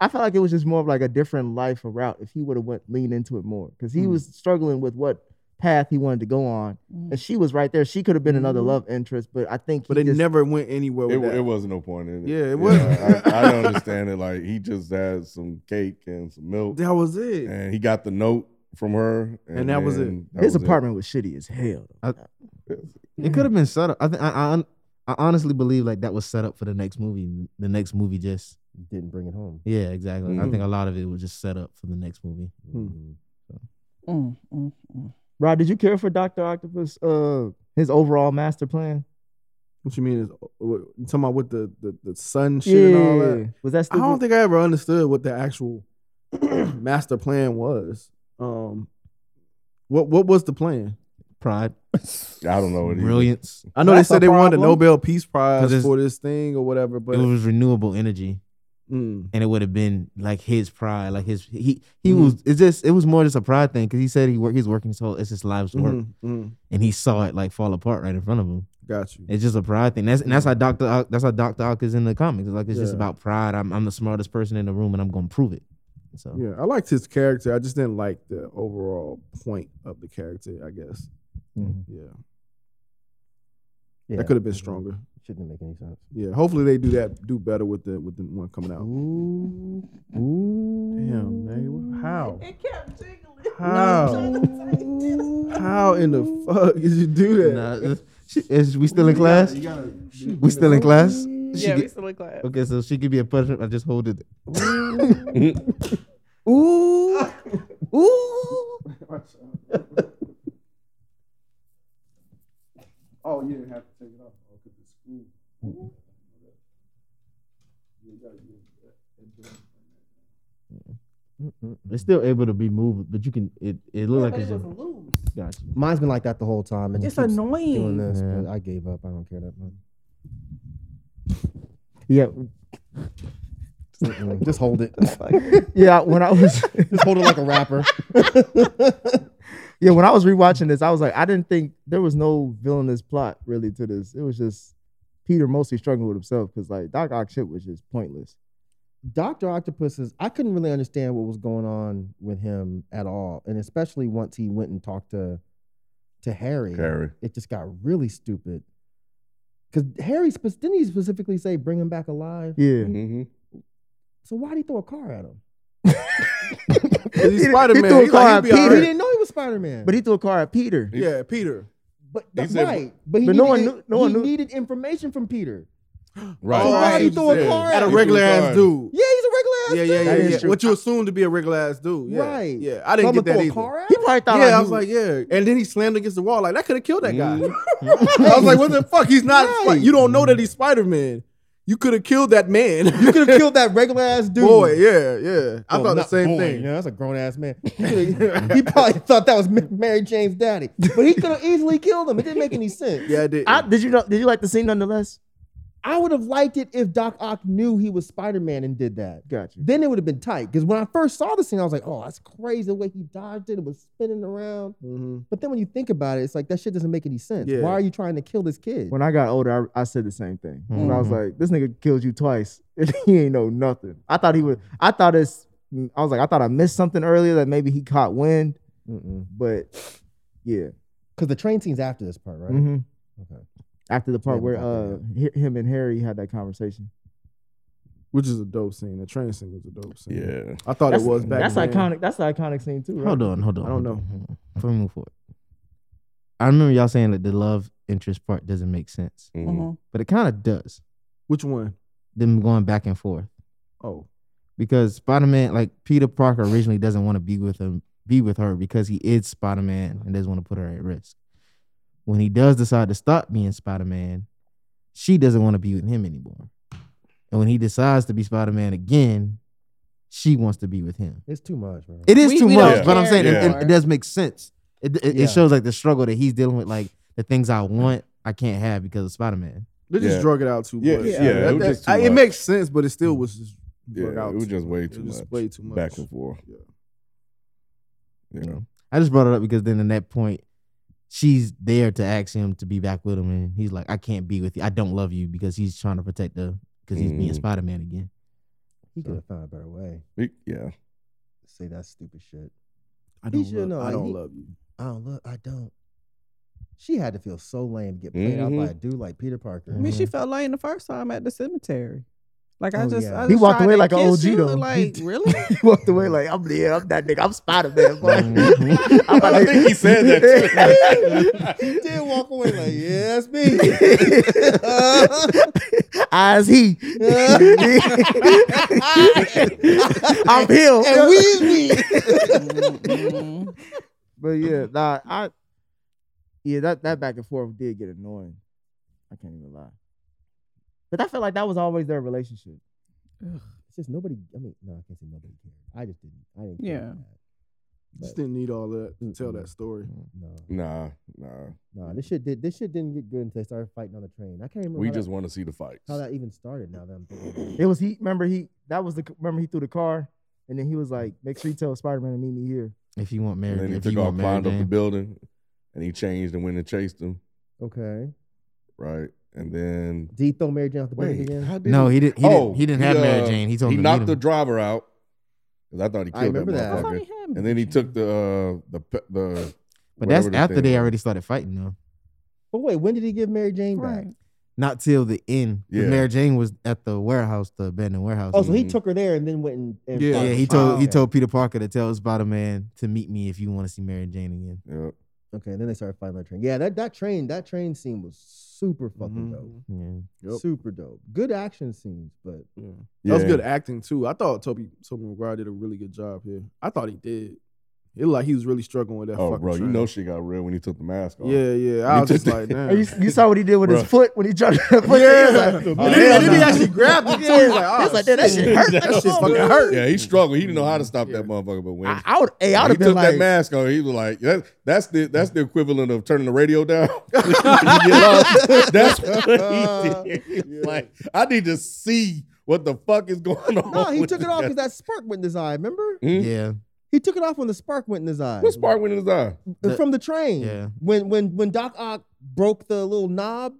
[SPEAKER 2] I felt like it was just more of like a different life or route if he would have went lean into it more because he
[SPEAKER 15] Hmm.
[SPEAKER 2] was struggling with what path he wanted to go on, and she was right there. She could have been another
[SPEAKER 15] Hmm.
[SPEAKER 2] love interest, but I think
[SPEAKER 4] But
[SPEAKER 2] he
[SPEAKER 4] it
[SPEAKER 2] just-
[SPEAKER 4] never went anywhere. With
[SPEAKER 11] It,
[SPEAKER 4] that.
[SPEAKER 11] it was no point in it.
[SPEAKER 4] Yeah, it wasn't.
[SPEAKER 11] I, I don't understand it. Like he just had some cake and some milk,
[SPEAKER 4] that was it.
[SPEAKER 11] and he got the note from her, and,
[SPEAKER 4] And that was
[SPEAKER 11] then
[SPEAKER 4] it.
[SPEAKER 11] that
[SPEAKER 2] his
[SPEAKER 11] was it.
[SPEAKER 2] apartment was shitty as hell.
[SPEAKER 10] It could have been set up. I, think I, I hon- I honestly believe like that was set up for the next movie. The next movie just
[SPEAKER 15] Didn't bring it home.
[SPEAKER 10] yeah, exactly. I
[SPEAKER 4] Mm-hmm.
[SPEAKER 11] Mhm.
[SPEAKER 10] think a lot of it was just set up for the next movie.
[SPEAKER 4] Hmm.
[SPEAKER 11] Mm-hmm.
[SPEAKER 16] Mm, mm, mm.
[SPEAKER 2] Rod, did you care for Doctor Octopus? Uh, his overall master plan.
[SPEAKER 4] What you mean is uh, what, you talking about with the the, the sun shit and all that?
[SPEAKER 2] Was that
[SPEAKER 4] I
[SPEAKER 2] stupid?
[SPEAKER 4] don't think I ever understood what the actual master plan was. Um, what what was the plan?
[SPEAKER 10] Pride,
[SPEAKER 11] I don't know. What he
[SPEAKER 10] brilliance.
[SPEAKER 4] I know
[SPEAKER 16] That's
[SPEAKER 4] they
[SPEAKER 16] a
[SPEAKER 4] said they wanted the
[SPEAKER 16] problem.
[SPEAKER 4] Nobel Peace
[SPEAKER 10] 'Cause
[SPEAKER 4] Prize
[SPEAKER 10] it's-
[SPEAKER 4] for this thing or whatever, but
[SPEAKER 10] it was renewable energy,
[SPEAKER 4] mm,
[SPEAKER 10] and it would have been like his pride, like his he he
[SPEAKER 4] Mhm.
[SPEAKER 10] was. It's just it was more just a pride thing because he said he work he's working his whole it's his life's work,
[SPEAKER 4] mm, mm,
[SPEAKER 10] and he saw it like fall apart right in front of him.
[SPEAKER 4] got you.
[SPEAKER 10] It's just a pride thing. That's and that's how Doctor Ock, that's how Doctor Ock is in the comics. Like it's just
[SPEAKER 4] Yeah.
[SPEAKER 10] about pride. I'm I'm the smartest person in the room, and I'm gonna prove it. So
[SPEAKER 4] Yeah, I liked his character. I just didn't like the overall point of the character. I guess.
[SPEAKER 2] Mhm.
[SPEAKER 4] Yeah,
[SPEAKER 15] Yeah.
[SPEAKER 4] that could have been stronger.
[SPEAKER 15] Shouldn't make any sense.
[SPEAKER 4] Yeah, hopefully they do that. Do better with the with the one coming out.
[SPEAKER 15] Ooh. Ooh.
[SPEAKER 4] Damn, man, wh- how?
[SPEAKER 16] It kept jiggling.
[SPEAKER 4] How? How in the fuck did you do that?
[SPEAKER 12] Nah, she, is we still in class? we still in class? She
[SPEAKER 17] Yeah, we
[SPEAKER 12] get-
[SPEAKER 17] still in class.
[SPEAKER 12] Okay, so she could be a punishment. I just hold it.
[SPEAKER 13] Ooh. Ooh.
[SPEAKER 4] Oh, you didn't have to take it off. I'll put the school.
[SPEAKER 12] It's still able to be moved, but you can. It it look like it's just. Gotcha.
[SPEAKER 2] Mine's been like that the whole time. It just
[SPEAKER 13] It's
[SPEAKER 2] keeps
[SPEAKER 13] annoying.
[SPEAKER 2] Doing this, but I gave up. I don't care that much.
[SPEAKER 12] Yeah.
[SPEAKER 2] Mm-mm. just hold it.
[SPEAKER 10] yeah, when I was
[SPEAKER 2] just hold it like a rapper.
[SPEAKER 10] yeah, when I was rewatching this, I was like, I didn't think there was no villainous plot really to this. It was just Peter mostly struggling with himself because like Doc Ock shit was just pointless.
[SPEAKER 2] Doctor Octopus is. I couldn't really understand what was going on with him at all, and especially once he went and talked to to Harry.
[SPEAKER 11] Harry.
[SPEAKER 2] It just got really stupid. Because Harry, spe- didn't he specifically say bring him back alive?
[SPEAKER 10] Yeah.
[SPEAKER 11] Mm-hmm.
[SPEAKER 2] So why did he throw a car at him?
[SPEAKER 4] He's
[SPEAKER 10] He- he
[SPEAKER 4] Spider-Man.
[SPEAKER 10] threw a
[SPEAKER 4] He's like,
[SPEAKER 10] car
[SPEAKER 4] he'll
[SPEAKER 10] at
[SPEAKER 4] be all
[SPEAKER 10] Peter.
[SPEAKER 4] right.
[SPEAKER 2] He didn't know he was Spider Man.
[SPEAKER 10] But he threw a car at Peter.
[SPEAKER 4] Yeah, Peter.
[SPEAKER 2] But
[SPEAKER 4] He
[SPEAKER 2] that's
[SPEAKER 4] said-
[SPEAKER 2] right. But he
[SPEAKER 10] but
[SPEAKER 2] needed,
[SPEAKER 10] no one knew- no
[SPEAKER 2] he
[SPEAKER 10] one knew-
[SPEAKER 2] needed information from Peter.
[SPEAKER 11] Right.
[SPEAKER 2] So why did Oh, he
[SPEAKER 4] Oh, Right.
[SPEAKER 2] throw a
[SPEAKER 4] Yeah.
[SPEAKER 2] car
[SPEAKER 4] At a
[SPEAKER 2] him?
[SPEAKER 4] regular ass dude.
[SPEAKER 2] Yeah, he's a
[SPEAKER 4] Yeah,
[SPEAKER 2] regular ass
[SPEAKER 4] yeah,
[SPEAKER 2] dude.
[SPEAKER 4] yeah, yeah. What you assume to be a regular ass dude. Yeah.
[SPEAKER 2] Right.
[SPEAKER 4] Yeah. I didn't
[SPEAKER 2] So I'ma
[SPEAKER 4] get that
[SPEAKER 2] throw a
[SPEAKER 4] either.
[SPEAKER 2] car at
[SPEAKER 10] He probably thought
[SPEAKER 4] yeah,
[SPEAKER 10] like,
[SPEAKER 4] I
[SPEAKER 10] he
[SPEAKER 4] was like, yeah. And then he slammed against the wall. Like, that could have killed that guy.
[SPEAKER 2] Mm-hmm.
[SPEAKER 4] I was like, what the fuck? He's not. Spi- you don't know that he's Spider Man. You could have killed that man.
[SPEAKER 2] You could have killed that regular ass dude.
[SPEAKER 4] Boy, yeah, yeah. I
[SPEAKER 2] Well,
[SPEAKER 4] thought the
[SPEAKER 2] not
[SPEAKER 4] same
[SPEAKER 2] boy,
[SPEAKER 4] thing.
[SPEAKER 2] Yeah, that's a grown ass man. he probably thought that was Ma- Mary Jane's daddy, but he could have easily killed him. It didn't make any sense.
[SPEAKER 4] Yeah, I did.
[SPEAKER 10] I, did you know? Did you like the scene nonetheless?
[SPEAKER 2] I would have liked it if Doc Ock knew he was Spider Man and did that.
[SPEAKER 10] Gotcha.
[SPEAKER 2] Then it would have been tight. Because when I first saw the scene, I was like, "Oh, that's crazy the way he dodged it. It was spinning around."
[SPEAKER 4] Mhm.
[SPEAKER 2] But then when you think about it, it's like that shit doesn't make any sense.
[SPEAKER 4] Yeah.
[SPEAKER 2] Why are you trying to kill this kid?
[SPEAKER 10] When I got older, I, I said the same thing. When I was like, this nigga killed you twice, and he ain't know nothing. I thought he would. I thought it's. I was like, I thought I missed something earlier that maybe he caught wind,
[SPEAKER 2] Because
[SPEAKER 10] but yeah.
[SPEAKER 2] the train scene's after this part,
[SPEAKER 4] Mm-hmm.
[SPEAKER 2] right?
[SPEAKER 10] Mhm.
[SPEAKER 2] Okay.
[SPEAKER 10] After the part
[SPEAKER 2] Yeah,
[SPEAKER 10] where uh
[SPEAKER 2] about
[SPEAKER 10] hi- him and Harry had that conversation.
[SPEAKER 4] Which is a dope scene. The train scene was a dope scene.
[SPEAKER 11] Yeah.
[SPEAKER 4] I thought
[SPEAKER 10] That's-
[SPEAKER 4] it was back
[SPEAKER 10] That's
[SPEAKER 4] then.
[SPEAKER 10] iconic. That's the iconic scene too. Right?
[SPEAKER 12] Hold on, hold on.
[SPEAKER 4] I don't
[SPEAKER 12] hold
[SPEAKER 4] know.
[SPEAKER 12] on, hold on. Before we move forward, I remember y'all saying that the love interest part doesn't make sense,
[SPEAKER 11] Mm-hmm.
[SPEAKER 2] Uh-huh.
[SPEAKER 13] Mhm.
[SPEAKER 12] but it kind of does.
[SPEAKER 4] Which one?
[SPEAKER 12] Them going back and forth
[SPEAKER 4] Oh.
[SPEAKER 12] because Spider Man, like Peter Parker, originally doesn't want to be with him, be with her because he is Spider Man and doesn't want to put her at risk. When he does decide to stop being Spider Man, she doesn't want to be with him anymore. And when he decides to be Spider Man again, she wants to be with him.
[SPEAKER 2] It's too much, bro.
[SPEAKER 12] It is
[SPEAKER 13] We-
[SPEAKER 12] too
[SPEAKER 13] we
[SPEAKER 12] much,
[SPEAKER 13] don't
[SPEAKER 12] but I'm
[SPEAKER 13] care
[SPEAKER 12] saying it- it,
[SPEAKER 13] anymore.
[SPEAKER 12] it does make sense. It, it,
[SPEAKER 2] Yeah.
[SPEAKER 12] it shows like the struggle that he's dealing with, like the things I want I can't have because of Spider Man.
[SPEAKER 4] They just
[SPEAKER 11] Yeah.
[SPEAKER 4] drug it out too
[SPEAKER 11] Yeah,
[SPEAKER 4] much.
[SPEAKER 11] yeah, it was just too
[SPEAKER 4] I- it
[SPEAKER 11] much.
[SPEAKER 4] makes sense, but it still was just drug
[SPEAKER 11] Yeah,
[SPEAKER 4] out
[SPEAKER 11] it was
[SPEAKER 4] too
[SPEAKER 11] just way
[SPEAKER 4] much.
[SPEAKER 11] too
[SPEAKER 4] It was
[SPEAKER 11] much.
[SPEAKER 4] Way too much.
[SPEAKER 11] Back and forth.
[SPEAKER 4] Yeah.
[SPEAKER 11] You know.
[SPEAKER 12] I just brought it up because then in that point, she's there to ask him to be back with him, and he's like, "I can't be with you. I don't love you," because he's trying to protect her because he's being
[SPEAKER 13] Mm.
[SPEAKER 11] Mhm.
[SPEAKER 12] Spider Man again.
[SPEAKER 2] He could have found a better way
[SPEAKER 11] It- yeah.
[SPEAKER 2] to say that stupid shit.
[SPEAKER 4] I
[SPEAKER 2] He
[SPEAKER 4] don't,
[SPEAKER 2] should
[SPEAKER 4] love,
[SPEAKER 2] know,
[SPEAKER 4] I
[SPEAKER 2] like,
[SPEAKER 4] don't
[SPEAKER 2] he-
[SPEAKER 4] love you.
[SPEAKER 2] I don't look. I don't. She had to feel so lame to get played out
[SPEAKER 11] Mhm.
[SPEAKER 2] by
[SPEAKER 13] Mm-hmm.
[SPEAKER 2] a dude like Peter Parker.
[SPEAKER 17] I mean, she felt lame the first time at the cemetery. Like I
[SPEAKER 2] Mm-hmm. Oh,
[SPEAKER 17] just,
[SPEAKER 2] yeah.
[SPEAKER 17] I
[SPEAKER 2] He
[SPEAKER 17] just
[SPEAKER 10] walked
[SPEAKER 17] tried
[SPEAKER 10] away
[SPEAKER 17] to
[SPEAKER 10] like a
[SPEAKER 17] kiss
[SPEAKER 10] OG
[SPEAKER 17] you,
[SPEAKER 10] though.
[SPEAKER 17] Like
[SPEAKER 10] He-
[SPEAKER 17] really?
[SPEAKER 10] He walked away like, I'm yeah, I'm that nigga. I'm Spider Man, boy.
[SPEAKER 12] Mhm.
[SPEAKER 10] I'm about
[SPEAKER 11] Mm-hmm. I
[SPEAKER 10] to-
[SPEAKER 11] think he said that
[SPEAKER 2] he did walk away like, yeah, that's me.
[SPEAKER 12] Eyes he. I'm him.
[SPEAKER 2] and we is we.
[SPEAKER 10] but yeah, nah, I yeah that that back and forth did get annoying. I can't even lie. But I felt like that was always their relationship.
[SPEAKER 2] It's just nobody. I mean, no, I can't say nobody cared. I just didn't. I didn't.
[SPEAKER 17] Yeah.
[SPEAKER 2] Care about
[SPEAKER 4] Just didn't need all that to tell that story.
[SPEAKER 2] that.
[SPEAKER 11] Nah, nah.
[SPEAKER 2] No, no, this shit did. This shit didn't get good until they started fighting on the train. I can't remember
[SPEAKER 11] We
[SPEAKER 2] how,
[SPEAKER 11] just
[SPEAKER 2] that,
[SPEAKER 11] want to see the fights.
[SPEAKER 2] how that even started. Now that I'm thinking about it.
[SPEAKER 10] It was he. Remember he that was the remember he threw the car and then he was like, make sure you tell Spider Man to meet me here.
[SPEAKER 12] If you want
[SPEAKER 11] And
[SPEAKER 12] married,
[SPEAKER 11] then he
[SPEAKER 12] if you
[SPEAKER 11] took off,
[SPEAKER 12] want
[SPEAKER 11] climbed up the
[SPEAKER 12] married,
[SPEAKER 11] building, and he changed and went and chased him.
[SPEAKER 2] Okay.
[SPEAKER 11] Right. And then
[SPEAKER 2] Did he throw Mary Jane off the building
[SPEAKER 11] wait,
[SPEAKER 2] again?
[SPEAKER 11] how did
[SPEAKER 12] no, he didn't. He, didn't, he didn't have Mary
[SPEAKER 11] uh,
[SPEAKER 12] Jane. He told
[SPEAKER 11] he
[SPEAKER 12] him to meet
[SPEAKER 11] knocked
[SPEAKER 12] him.
[SPEAKER 11] the driver out. 'cause I thought he
[SPEAKER 2] I
[SPEAKER 11] killed that
[SPEAKER 2] remember that. I
[SPEAKER 17] thought he
[SPEAKER 11] motherfucker.
[SPEAKER 17] had
[SPEAKER 11] And then he took the uh, the pe- the.
[SPEAKER 12] But that's
[SPEAKER 11] whatever the
[SPEAKER 12] after
[SPEAKER 11] thing
[SPEAKER 12] they
[SPEAKER 11] was.
[SPEAKER 12] already started fighting, though.
[SPEAKER 2] But wait, when did he give Mary Jane back?
[SPEAKER 17] right.
[SPEAKER 12] Not till the end. 'Cause
[SPEAKER 11] Yeah.
[SPEAKER 12] Mary Jane was at the warehouse, the abandoned warehouse.
[SPEAKER 2] Oh, so he took her there and then went and, and
[SPEAKER 12] Yeah,
[SPEAKER 2] fucked.
[SPEAKER 12] yeah. He told he
[SPEAKER 2] Okay.
[SPEAKER 12] told Peter Parker to tell Spider Man to meet me if you want to see Mary Jane again.
[SPEAKER 11] Yep.
[SPEAKER 2] Okay, then they started fighting on the train. Yeah, that, that train that train scene was super
[SPEAKER 11] Mm-hmm.
[SPEAKER 2] fucking dope.
[SPEAKER 12] Yeah.
[SPEAKER 4] Yep.
[SPEAKER 2] Super dope. Good action scenes, but
[SPEAKER 4] That was
[SPEAKER 2] Yeah.
[SPEAKER 4] good acting too. I thought Toby Toby McGuire did a really good job here. I thought he did. It looked like he was really struggling with that.
[SPEAKER 11] Oh,
[SPEAKER 4] fucking
[SPEAKER 11] bro, you
[SPEAKER 4] train.
[SPEAKER 11] know she got real when he took the mask off.
[SPEAKER 4] Yeah, yeah. I
[SPEAKER 11] He
[SPEAKER 4] was
[SPEAKER 11] took
[SPEAKER 4] just
[SPEAKER 11] the-
[SPEAKER 4] like, damn.
[SPEAKER 10] And you, you saw what he did with his
[SPEAKER 11] Bruh.
[SPEAKER 10] foot when he dropped that foot.
[SPEAKER 4] Oh, Yeah.
[SPEAKER 2] Oh,
[SPEAKER 10] He was like,
[SPEAKER 4] And then- and then he actually
[SPEAKER 11] grabbed
[SPEAKER 4] it, too.
[SPEAKER 10] Yeah.
[SPEAKER 4] He was like, oh,
[SPEAKER 10] He was like, "Damn, that shit hurt. That shit fucking hurt.
[SPEAKER 11] Yeah, he struggled. He didn't know how to stop that motherfucker. But when
[SPEAKER 10] I- I would- hey, I
[SPEAKER 11] when
[SPEAKER 10] would've
[SPEAKER 11] he
[SPEAKER 10] been
[SPEAKER 11] took that
[SPEAKER 10] like-
[SPEAKER 11] mask off, he was like, that, "That's the that's the equivalent of turning the radio down." You get lost. That's what he did. Like, I need to see what the fuck is going on.
[SPEAKER 2] No, he
[SPEAKER 11] with
[SPEAKER 2] took it
[SPEAKER 11] this
[SPEAKER 2] off
[SPEAKER 11] guy.
[SPEAKER 2] because that spark went in his eye. Remember?
[SPEAKER 11] Hmm?
[SPEAKER 12] Yeah.
[SPEAKER 2] He took it off when the spark went in his eye.
[SPEAKER 11] What spark went in his eye?
[SPEAKER 2] The- From the train.
[SPEAKER 11] Yeah.
[SPEAKER 2] When when when Doc Ock broke the little knob,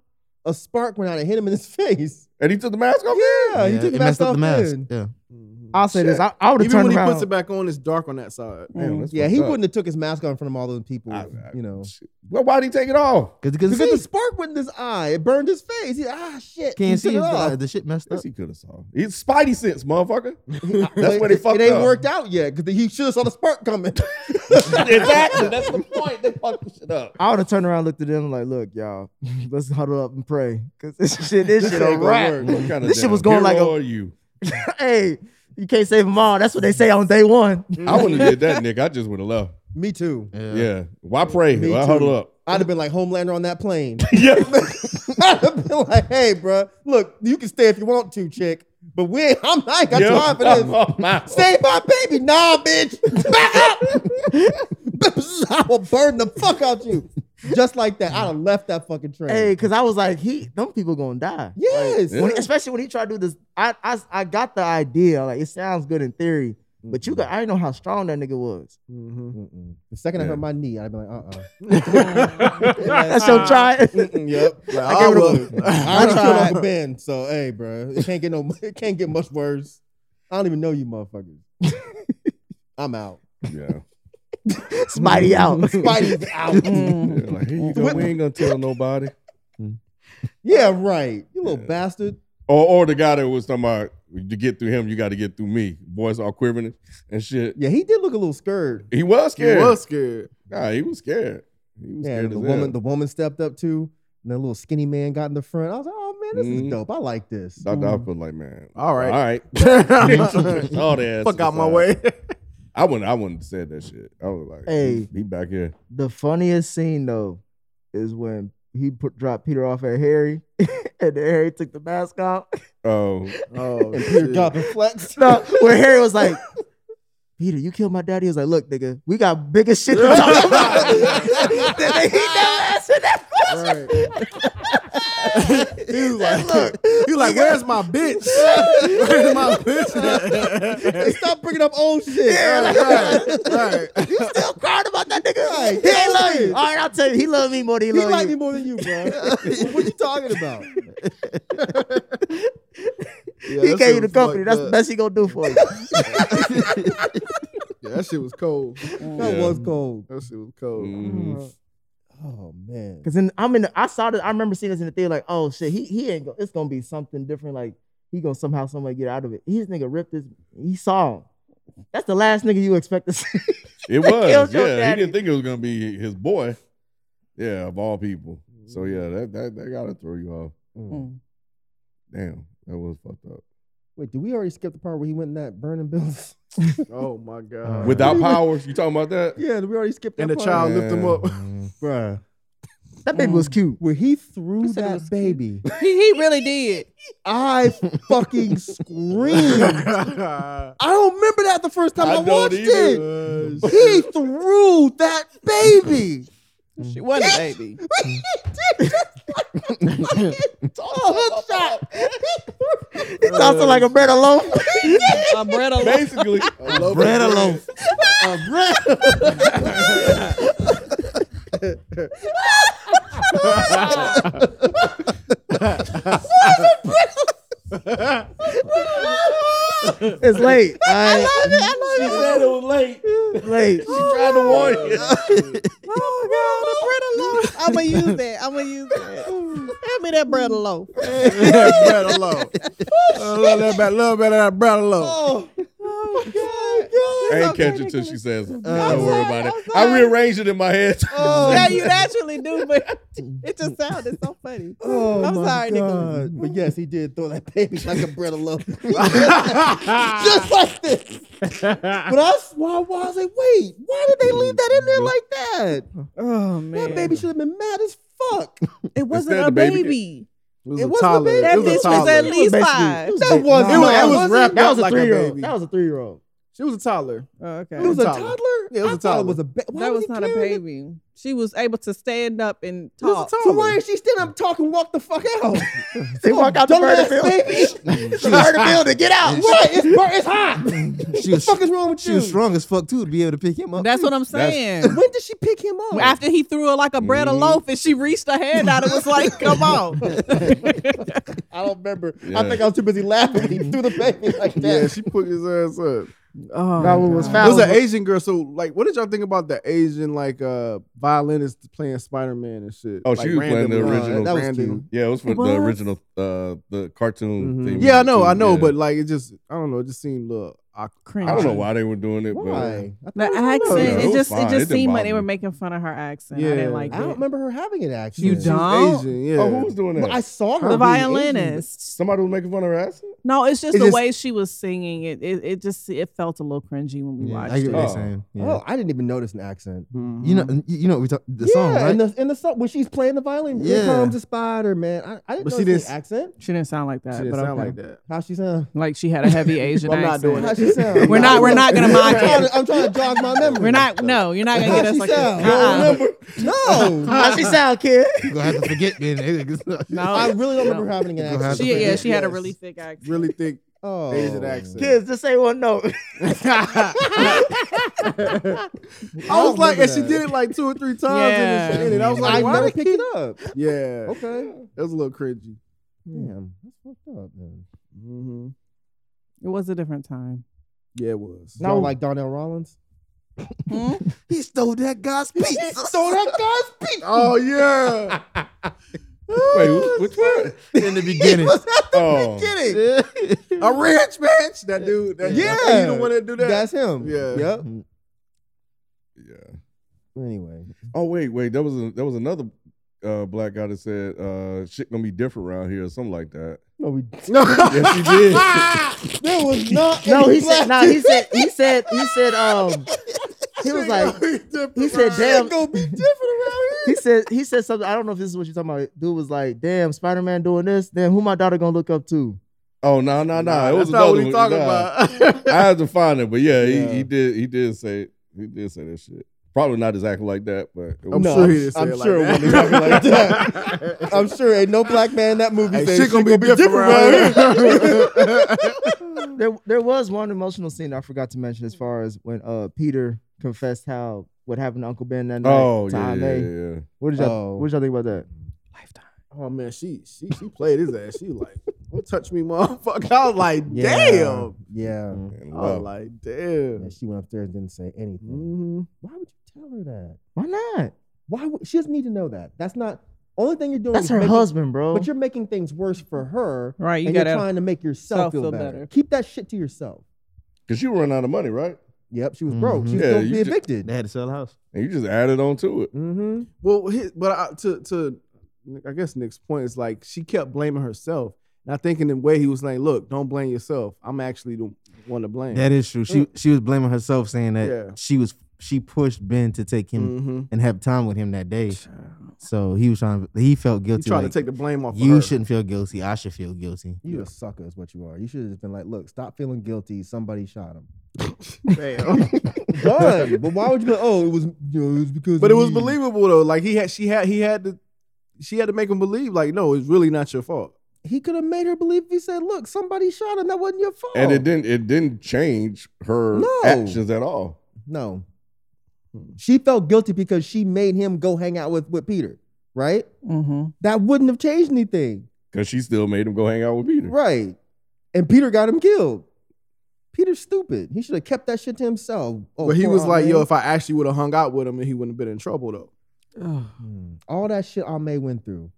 [SPEAKER 2] a spark went out and hit him in his face.
[SPEAKER 11] And he took the mask off.
[SPEAKER 10] Oh,
[SPEAKER 2] Yeah, he
[SPEAKER 12] Yeah,
[SPEAKER 2] took the
[SPEAKER 12] it
[SPEAKER 2] mask
[SPEAKER 12] messed up
[SPEAKER 2] off.
[SPEAKER 12] the mask.
[SPEAKER 2] then.
[SPEAKER 12] Yeah.
[SPEAKER 10] I'll say this. I, would have
[SPEAKER 4] Mm-hmm. Even
[SPEAKER 10] turned
[SPEAKER 4] when he
[SPEAKER 10] around.
[SPEAKER 4] puts it back on, it's dark on that side.
[SPEAKER 11] Damn, that's
[SPEAKER 2] yeah, he
[SPEAKER 11] fucked up.
[SPEAKER 2] wouldn't have took his mask off in front of all those people. you know,
[SPEAKER 11] Well, why would he take it off?
[SPEAKER 12] Because
[SPEAKER 2] the spark went in his eye. It burned his face. He, ah, shit. he
[SPEAKER 12] Can't see
[SPEAKER 2] took it
[SPEAKER 12] his-
[SPEAKER 2] off.
[SPEAKER 12] uh, the shit messed
[SPEAKER 11] Yes,
[SPEAKER 12] up.
[SPEAKER 11] he could have saw. It's Spidey sense, motherfucker.
[SPEAKER 2] But
[SPEAKER 11] That's where they
[SPEAKER 2] it,
[SPEAKER 11] fucked
[SPEAKER 2] It ain't
[SPEAKER 11] up.
[SPEAKER 2] worked out yet because he should have saw the spark coming.
[SPEAKER 11] exactly. That's the point. They fucked the shit up.
[SPEAKER 10] I would have turned around, and looked at them like, "Look, y'all, let's huddle up and pray, cause this shit, this,
[SPEAKER 11] This
[SPEAKER 10] shit
[SPEAKER 11] ain't
[SPEAKER 10] a
[SPEAKER 11] gonna
[SPEAKER 10] wrap.
[SPEAKER 11] work. What kind of
[SPEAKER 10] this shit
[SPEAKER 11] damn
[SPEAKER 10] was going like
[SPEAKER 11] hero
[SPEAKER 10] a
[SPEAKER 11] are you?
[SPEAKER 10] hey, you can't save them all. That's what they say on day one.
[SPEAKER 11] I wouldn't have did that, Nick. I just would have left.
[SPEAKER 2] Me too.
[SPEAKER 11] Yeah. Why pray?
[SPEAKER 2] Me
[SPEAKER 11] Why
[SPEAKER 2] too.
[SPEAKER 11] huddle up?
[SPEAKER 2] I'd have been like Homelander on that plane.
[SPEAKER 11] yeah.
[SPEAKER 2] I'd have been like, hey, bro, look, you can stay if you want to, chick. But we ain't, I'm not I ain't got
[SPEAKER 11] Yeah.
[SPEAKER 2] time for this.
[SPEAKER 11] Oh, my.
[SPEAKER 2] Save my baby. Nah, bitch. Back up. I will burn the fuck out you. Just like that. I'd have left that fucking train.
[SPEAKER 10] Hey, cause I was like, he, them people gonna die.
[SPEAKER 2] Yes.
[SPEAKER 10] Like, when-
[SPEAKER 2] Yeah.
[SPEAKER 10] especially when he tried to do this. I, I, I got the idea. Like it sounds good in theory, but you got, I didn't know how strong that nigga was.
[SPEAKER 2] The second I
[SPEAKER 10] Yeah.
[SPEAKER 2] hurt my knee, I'd be like, uh uh
[SPEAKER 10] That's your try?
[SPEAKER 2] yep.
[SPEAKER 10] Like,
[SPEAKER 2] I,
[SPEAKER 10] I
[SPEAKER 2] gave
[SPEAKER 10] will.
[SPEAKER 2] it a, I,
[SPEAKER 10] I
[SPEAKER 2] I
[SPEAKER 10] tried.
[SPEAKER 2] tried. off the bend, so hey, bro, it can't get no, it can't get much worse. I don't even know you, motherfuckers. I'm out.
[SPEAKER 11] Yeah.
[SPEAKER 10] Spidey out. Mm.
[SPEAKER 2] Spidey's out.
[SPEAKER 11] Yeah, like, here you go. We ain't gonna tell nobody.
[SPEAKER 2] Yeah, right. You little bastard.
[SPEAKER 11] Or, or the guy that was talking about to get through him, you got to get through me. Boys all quivering and shit.
[SPEAKER 2] Yeah, he did look a little scared.
[SPEAKER 11] He was scared.
[SPEAKER 4] He was scared.
[SPEAKER 11] Nah, he was scared. He was
[SPEAKER 2] Yeah,
[SPEAKER 11] scared
[SPEAKER 2] the
[SPEAKER 11] as
[SPEAKER 2] woman,
[SPEAKER 11] hell.
[SPEAKER 2] the woman stepped up too, and the little skinny man got in the front. I was like, oh man, this is
[SPEAKER 11] Mhm.
[SPEAKER 2] dope. I like this.
[SPEAKER 11] Doctor I feel like, man.
[SPEAKER 4] All right.
[SPEAKER 11] All right. all that.
[SPEAKER 4] Fuck out my way.
[SPEAKER 11] I wouldn't I wouldn't have said that shit. I was like,
[SPEAKER 10] Hey.
[SPEAKER 11] hey, he back here.
[SPEAKER 10] The funniest scene though is when he put, dropped Peter off at Harry, and then Harry took the mask off.
[SPEAKER 11] Oh.
[SPEAKER 4] Oh,
[SPEAKER 2] and Peter got the flex.
[SPEAKER 10] No, where Harry was like, Peter, you killed my daddy. He was like, look, nigga, we got bigger shit to talk about. Then they hit that ass in that
[SPEAKER 4] Right.
[SPEAKER 10] he was
[SPEAKER 4] like,
[SPEAKER 10] look,
[SPEAKER 4] you like, where's my bitch? Where's my bitch? at?"
[SPEAKER 2] Stop bringing up old shit.
[SPEAKER 4] right, right.
[SPEAKER 10] you still crying about that nigga?
[SPEAKER 2] Right.
[SPEAKER 10] he ain't love you. All right, I'll tell you, he loved me more than he
[SPEAKER 2] He
[SPEAKER 10] loved
[SPEAKER 2] liked
[SPEAKER 10] you.
[SPEAKER 2] me more than you, bro. what you talking about?
[SPEAKER 4] Yeah,
[SPEAKER 10] he
[SPEAKER 4] that
[SPEAKER 10] gave
[SPEAKER 4] shit
[SPEAKER 10] you the
[SPEAKER 4] was
[SPEAKER 10] company.
[SPEAKER 4] fucked
[SPEAKER 10] That's the
[SPEAKER 4] up.
[SPEAKER 10] best he gonna do for you.
[SPEAKER 4] Yeah, that shit was cold. That
[SPEAKER 2] That was cold. Mm.
[SPEAKER 4] That shit was cold.
[SPEAKER 11] Mm-hmm.
[SPEAKER 2] Oh man.
[SPEAKER 10] Mm-hmm. Cause in, I'm in. The, I saw this. I remember seeing this in the theater. Like, oh shit, he he ain't. Go, it's gonna be something different. Like he gonna somehow somebody get out of it. His nigga ripped his. He saw. Him. That's the last nigga you expect to see.
[SPEAKER 11] It
[SPEAKER 10] They
[SPEAKER 11] was.
[SPEAKER 10] killed
[SPEAKER 11] Yeah.
[SPEAKER 10] your
[SPEAKER 11] He
[SPEAKER 10] daddy.
[SPEAKER 11] didn't think it was gonna be his boy. Yeah, of all people. So yeah, that that, that gotta throw you off.
[SPEAKER 2] Mm-hmm. Mm.
[SPEAKER 11] Damn, that was fucked up.
[SPEAKER 2] Wait, did we already skip the part where he went in that burning buildings?
[SPEAKER 4] Oh my god.
[SPEAKER 11] Without powers, you talking about that?
[SPEAKER 2] yeah, we already skipped that
[SPEAKER 4] and the
[SPEAKER 2] part.
[SPEAKER 4] child lifted him
[SPEAKER 11] Yeah.
[SPEAKER 4] up.
[SPEAKER 2] Bruh.
[SPEAKER 10] That baby was cute.
[SPEAKER 2] Where he threw that baby,
[SPEAKER 13] He, he really did.
[SPEAKER 2] I fucking screamed.
[SPEAKER 4] I
[SPEAKER 2] I don't remember that the first time I,
[SPEAKER 11] I don't
[SPEAKER 2] watched
[SPEAKER 11] either.
[SPEAKER 2] it. He threw that baby.
[SPEAKER 13] She wasn't a baby.
[SPEAKER 2] he did just like a fucking hook shot.
[SPEAKER 10] He tossed her like a bread alone.
[SPEAKER 13] A bread alone.
[SPEAKER 11] Basically,
[SPEAKER 4] love
[SPEAKER 12] Bread
[SPEAKER 4] it.
[SPEAKER 12] alone.
[SPEAKER 10] It's late. All right.
[SPEAKER 11] She said it was late.
[SPEAKER 10] late.
[SPEAKER 11] She tried to warn
[SPEAKER 2] Oh,
[SPEAKER 11] you.
[SPEAKER 13] I'm gonna use that. I'm gonna use that.
[SPEAKER 18] Give me that bread alone.
[SPEAKER 10] bread alone. A little bit, a little bit of that bread alone.
[SPEAKER 18] Oh, oh
[SPEAKER 11] I
[SPEAKER 18] God.
[SPEAKER 11] ain't catch it till she says it. Don't worry about it. I rearranged it in my head.
[SPEAKER 10] Oh,
[SPEAKER 2] Oh.
[SPEAKER 18] yeah, you naturally do, but it just sounded so funny.
[SPEAKER 2] Oh,
[SPEAKER 18] I'm
[SPEAKER 2] my
[SPEAKER 18] sorry, nigga.
[SPEAKER 2] God. But yes, he did throw that baby like a bread of love. Just like this. But that's why, why I was like, wait, why did they leave that in there like that?
[SPEAKER 18] Oh, man.
[SPEAKER 2] That baby should have been mad as fuck.
[SPEAKER 18] It wasn't
[SPEAKER 11] Instead,
[SPEAKER 18] a
[SPEAKER 11] the baby-
[SPEAKER 18] baby.
[SPEAKER 2] It
[SPEAKER 10] a
[SPEAKER 2] was
[SPEAKER 10] toddler.
[SPEAKER 2] the baby.
[SPEAKER 18] That
[SPEAKER 10] It was a
[SPEAKER 18] bitch was
[SPEAKER 10] toddler.
[SPEAKER 18] at
[SPEAKER 10] It was
[SPEAKER 18] least
[SPEAKER 10] basically-
[SPEAKER 18] five.
[SPEAKER 10] it was
[SPEAKER 2] That
[SPEAKER 10] ba-
[SPEAKER 2] was
[SPEAKER 10] no,
[SPEAKER 2] no,
[SPEAKER 10] it was
[SPEAKER 2] wasn't-
[SPEAKER 10] wrapped
[SPEAKER 2] That
[SPEAKER 10] up
[SPEAKER 2] was a
[SPEAKER 10] like a
[SPEAKER 2] three year old.
[SPEAKER 10] baby.
[SPEAKER 2] That was a three year old.
[SPEAKER 10] She was a toddler.
[SPEAKER 18] Oh, okay.
[SPEAKER 2] It was a
[SPEAKER 10] a
[SPEAKER 2] toddler.
[SPEAKER 10] toddler. Yeah, it was
[SPEAKER 2] I
[SPEAKER 10] a
[SPEAKER 2] thought
[SPEAKER 10] toddler.
[SPEAKER 2] it was a ba- why
[SPEAKER 17] that
[SPEAKER 2] was
[SPEAKER 17] was
[SPEAKER 2] he
[SPEAKER 17] not a
[SPEAKER 2] carrying it?
[SPEAKER 17] baby. She was able to stand up and
[SPEAKER 2] It was a
[SPEAKER 17] talk.
[SPEAKER 2] toddler. Oh. So why is she standing up talking? Walk the fuck out.
[SPEAKER 19] They walk out the murder
[SPEAKER 2] Dumbass
[SPEAKER 19] field.
[SPEAKER 2] baby.
[SPEAKER 19] The murder field to get out.
[SPEAKER 2] Right, it's bur- it's hot.
[SPEAKER 20] She was,
[SPEAKER 2] fuck is wrong with
[SPEAKER 20] she
[SPEAKER 2] you?
[SPEAKER 20] was strong as fuck too to be able to pick him up.
[SPEAKER 17] That's what I'm
[SPEAKER 11] That's-
[SPEAKER 17] saying.
[SPEAKER 2] When did she pick him up?
[SPEAKER 17] After he threw her like a bread of
[SPEAKER 11] Mhm.
[SPEAKER 17] loaf and she reached her hand out and was like, come on.
[SPEAKER 2] I don't remember. I
[SPEAKER 11] Yeah.
[SPEAKER 2] think I was too busy laughing when he threw the baby like that.
[SPEAKER 10] Yeah, she put his ass up.
[SPEAKER 17] Oh,
[SPEAKER 19] That one was
[SPEAKER 10] It
[SPEAKER 19] foul.
[SPEAKER 10] was an Asian girl. So, like, what did y'all think about the Asian like uh violinist playing Spider Man and shit?
[SPEAKER 11] Oh,
[SPEAKER 10] Like,
[SPEAKER 11] she was playing the
[SPEAKER 10] randomly.
[SPEAKER 11] original-
[SPEAKER 2] That was
[SPEAKER 10] Random.
[SPEAKER 2] cute. Mm-hmm.
[SPEAKER 11] Yeah, it was for
[SPEAKER 10] What?
[SPEAKER 11] the original, uh, the cartoon
[SPEAKER 10] Mhm.
[SPEAKER 11] theme.
[SPEAKER 10] Yeah, I know, I
[SPEAKER 11] too,
[SPEAKER 10] know,
[SPEAKER 11] yeah.
[SPEAKER 10] but like, it just, I don't know, it just seemed a little awkward.
[SPEAKER 17] Cringe.
[SPEAKER 11] I don't know why they were doing it. But
[SPEAKER 2] Why? I thought
[SPEAKER 17] The
[SPEAKER 2] it was
[SPEAKER 17] accent,
[SPEAKER 2] her.
[SPEAKER 11] Yeah, it
[SPEAKER 17] it
[SPEAKER 11] was
[SPEAKER 17] just
[SPEAKER 11] fine.
[SPEAKER 17] it
[SPEAKER 11] It
[SPEAKER 17] just
[SPEAKER 11] didn't
[SPEAKER 17] seemed like
[SPEAKER 11] bother
[SPEAKER 17] they were
[SPEAKER 11] me.
[SPEAKER 17] making fun of her accent. I
[SPEAKER 10] Yeah.
[SPEAKER 17] didn't like
[SPEAKER 2] I don't
[SPEAKER 17] it.
[SPEAKER 2] remember her having it actually.
[SPEAKER 17] You
[SPEAKER 10] She was
[SPEAKER 17] don't?
[SPEAKER 10] Asian, yeah.
[SPEAKER 11] Oh, who was doing that?
[SPEAKER 2] But I saw her.
[SPEAKER 17] The
[SPEAKER 2] being Asian, but-
[SPEAKER 17] violinist.
[SPEAKER 11] Somebody was making fun of her accent.
[SPEAKER 17] No, it's just
[SPEAKER 10] It
[SPEAKER 17] the
[SPEAKER 10] just-
[SPEAKER 17] way she was singing. It, it it just it felt a little cringy when we
[SPEAKER 20] Yeah,
[SPEAKER 17] watched
[SPEAKER 20] I get
[SPEAKER 17] it.
[SPEAKER 20] what
[SPEAKER 11] Oh.
[SPEAKER 20] you're saying. Yeah.
[SPEAKER 2] Oh, I didn't even notice an accent.
[SPEAKER 10] Mhm.
[SPEAKER 20] You know, you- you know, what we talk, the
[SPEAKER 2] yeah,
[SPEAKER 20] song, right?
[SPEAKER 2] in the in the song when she's playing the violin, here
[SPEAKER 20] Yeah.
[SPEAKER 2] comes a spider man. I, I didn't
[SPEAKER 10] But
[SPEAKER 2] notice
[SPEAKER 10] she
[SPEAKER 2] the
[SPEAKER 10] didn't-
[SPEAKER 2] accent.
[SPEAKER 17] She didn't sound like that.
[SPEAKER 10] She
[SPEAKER 17] but
[SPEAKER 10] didn't sound
[SPEAKER 17] okay.
[SPEAKER 10] like that.
[SPEAKER 2] How she sound?
[SPEAKER 17] Like she had a heavy Asian
[SPEAKER 10] I'm
[SPEAKER 17] accent.
[SPEAKER 10] not doing
[SPEAKER 2] How she sound?
[SPEAKER 17] We're not- we're not gonna
[SPEAKER 2] I'm
[SPEAKER 17] mock
[SPEAKER 2] trying
[SPEAKER 17] it.
[SPEAKER 2] to- I'm trying to jog my memory.
[SPEAKER 17] We're not. No, you're not gonna
[SPEAKER 2] How
[SPEAKER 17] get us
[SPEAKER 2] she
[SPEAKER 17] like that.
[SPEAKER 2] sound? You don't
[SPEAKER 17] Uh-uh.
[SPEAKER 2] remember? No,
[SPEAKER 19] How she sound, kid?
[SPEAKER 20] you gonna have to forget, man.
[SPEAKER 17] No.
[SPEAKER 2] I really don't remember
[SPEAKER 17] No.
[SPEAKER 2] having an
[SPEAKER 20] You're gonna have
[SPEAKER 2] accent.
[SPEAKER 20] to
[SPEAKER 17] She, yeah,
[SPEAKER 20] forget.
[SPEAKER 17] she had a
[SPEAKER 10] Yes.
[SPEAKER 17] really thick accent.
[SPEAKER 10] Really thick
[SPEAKER 2] Oh,
[SPEAKER 10] Asian accent.
[SPEAKER 19] Kids, just say one note.
[SPEAKER 10] I was like, and
[SPEAKER 2] remember
[SPEAKER 10] she
[SPEAKER 2] that.
[SPEAKER 10] did it like two or three times
[SPEAKER 17] Yeah.
[SPEAKER 10] in, the, in it. I was like,
[SPEAKER 2] I
[SPEAKER 10] why
[SPEAKER 2] never
[SPEAKER 10] did
[SPEAKER 2] picked
[SPEAKER 10] kid?
[SPEAKER 2] it up.
[SPEAKER 10] Yeah,
[SPEAKER 2] Okay.
[SPEAKER 10] that was a little cringy.
[SPEAKER 2] Damn, that's fucked up, man.
[SPEAKER 10] Mm-hmm.
[SPEAKER 17] It was a different time.
[SPEAKER 10] Yeah, it was.
[SPEAKER 2] Y'all like Darnell Rollins?
[SPEAKER 20] he stole that guy's pizza.
[SPEAKER 2] So that guy's pizza.
[SPEAKER 10] Oh yeah,
[SPEAKER 11] Wait, who- which one?
[SPEAKER 20] in the beginning.
[SPEAKER 11] Oh,
[SPEAKER 10] a ranch match. That dude. That,
[SPEAKER 2] Yeah.
[SPEAKER 10] yeah, you the one that do that.
[SPEAKER 2] That's him.
[SPEAKER 10] Yeah.
[SPEAKER 2] Yep.
[SPEAKER 11] yeah.
[SPEAKER 2] Anyway,
[SPEAKER 11] Oh wait, wait. That was a, that was another uh, black guy that said uh, shit gonna be different around here or something like that.
[SPEAKER 2] no, we
[SPEAKER 11] yes, he did.
[SPEAKER 2] there was not.
[SPEAKER 19] No,
[SPEAKER 2] any
[SPEAKER 19] he said.
[SPEAKER 2] black
[SPEAKER 19] No, he said. He said. He said. Um, he was like. He said, "Damn." He said. He said something. I don't know if this is what you're talking about. Dude was like, "Damn, Spider Man doing this. Damn, who my daughter gonna look up to?"
[SPEAKER 11] Oh no, no, no. It
[SPEAKER 10] that's
[SPEAKER 11] was
[SPEAKER 10] not
[SPEAKER 11] another
[SPEAKER 10] what he
[SPEAKER 11] one.
[SPEAKER 10] talking
[SPEAKER 11] Nah.
[SPEAKER 10] about.
[SPEAKER 11] I had to find it, but yeah,
[SPEAKER 10] Yeah.
[SPEAKER 11] He, he did. He did say. He did say that shit. Probably not exactly like that, but it was
[SPEAKER 10] I'm
[SPEAKER 2] No,
[SPEAKER 10] sure he didn't say
[SPEAKER 2] I'm
[SPEAKER 10] it like
[SPEAKER 2] sure
[SPEAKER 10] that.
[SPEAKER 2] it wasn't exactly like that. I'm sure ain't no black man in that movie
[SPEAKER 10] Hey,
[SPEAKER 2] said
[SPEAKER 10] shit gonna be different around
[SPEAKER 19] There, there was one emotional scene I forgot to mention as far as when uh Peter confessed how what happened to Uncle Ben that night.
[SPEAKER 11] Oh
[SPEAKER 19] to
[SPEAKER 11] yeah, yeah,
[SPEAKER 19] Jaime.
[SPEAKER 11] yeah, yeah.
[SPEAKER 19] What did y'all?
[SPEAKER 2] Oh.
[SPEAKER 19] What did y'all think about that?
[SPEAKER 10] Oh man, she she she played his ass. She like, don't touch me, motherfucker. I was like, damn.
[SPEAKER 2] Yeah.
[SPEAKER 11] And
[SPEAKER 10] I was
[SPEAKER 11] love.
[SPEAKER 10] like,
[SPEAKER 2] Yeah,
[SPEAKER 10] damn.
[SPEAKER 2] she went upstairs and didn't say anything.
[SPEAKER 10] hmm
[SPEAKER 2] Why would you tell her that?
[SPEAKER 19] Why not?
[SPEAKER 2] Why would she doesn't need to know that? That's not only thing you're doing.
[SPEAKER 19] That's
[SPEAKER 2] is
[SPEAKER 19] her
[SPEAKER 2] making-
[SPEAKER 19] husband, bro.
[SPEAKER 2] But you're making things worse for her.
[SPEAKER 17] Right, you
[SPEAKER 2] and
[SPEAKER 17] gotta-
[SPEAKER 2] you're trying to make yourself
[SPEAKER 17] self
[SPEAKER 2] feel,
[SPEAKER 17] feel
[SPEAKER 2] better.
[SPEAKER 17] better.
[SPEAKER 2] Keep that shit to yourself.
[SPEAKER 11] Cause you run out of money, right?
[SPEAKER 2] Yep, she was broke. She was
[SPEAKER 11] Mhm. Yeah,
[SPEAKER 2] gonna
[SPEAKER 11] you
[SPEAKER 2] be
[SPEAKER 11] ju-
[SPEAKER 2] evicted.
[SPEAKER 20] They had to sell the house.
[SPEAKER 11] And you just added on to it.
[SPEAKER 2] mm-hmm.
[SPEAKER 10] Well, his, but I, to to I guess Nick's point is like she kept blaming herself. And I think in the way he was like, look, don't blame yourself. I'm actually the one to blame.
[SPEAKER 20] That is true. She she was blaming herself, saying that
[SPEAKER 10] Yeah.
[SPEAKER 20] she was she pushed Ben to take him
[SPEAKER 10] hmm
[SPEAKER 2] Mm-hmm.
[SPEAKER 20] and have time with him that day. So he was trying. to- He felt
[SPEAKER 10] He
[SPEAKER 20] guilty.
[SPEAKER 10] tried
[SPEAKER 20] like,
[SPEAKER 10] to take the blame off. of
[SPEAKER 20] You
[SPEAKER 10] her.
[SPEAKER 20] shouldn't feel guilty. I should feel guilty.
[SPEAKER 2] You a sucker is what you are. You should have just been like, look, stop feeling guilty. Somebody shot him.
[SPEAKER 10] Damn.
[SPEAKER 2] Done. but why would you be like, oh, it was, you know, it was because
[SPEAKER 10] but it
[SPEAKER 2] of
[SPEAKER 10] was
[SPEAKER 2] me.
[SPEAKER 10] believable though. Like he had, she had, he had to, she had to make him believe. Like no, it's really not your fault.
[SPEAKER 2] He could have made her believe if he said, look, somebody shot him. That wasn't your fault.
[SPEAKER 11] And it didn't it didn't change her
[SPEAKER 2] No.
[SPEAKER 11] actions at all.
[SPEAKER 2] No. She felt guilty because she made him go hang out with, with Peter, right?
[SPEAKER 17] Mm-hmm.
[SPEAKER 2] That wouldn't have changed anything.
[SPEAKER 11] Cause she still made him go hang out with
[SPEAKER 10] Mm.
[SPEAKER 11] Peter.
[SPEAKER 2] Right. And Peter got him killed. Peter's stupid. He should have kept that shit to himself. Oh,
[SPEAKER 10] but he
[SPEAKER 2] poor
[SPEAKER 10] was
[SPEAKER 2] Aunt
[SPEAKER 10] like,
[SPEAKER 2] May.
[SPEAKER 10] yo, if I actually would have hung out with him, and he wouldn't have been in trouble though.
[SPEAKER 2] all that shit Aunt May went through.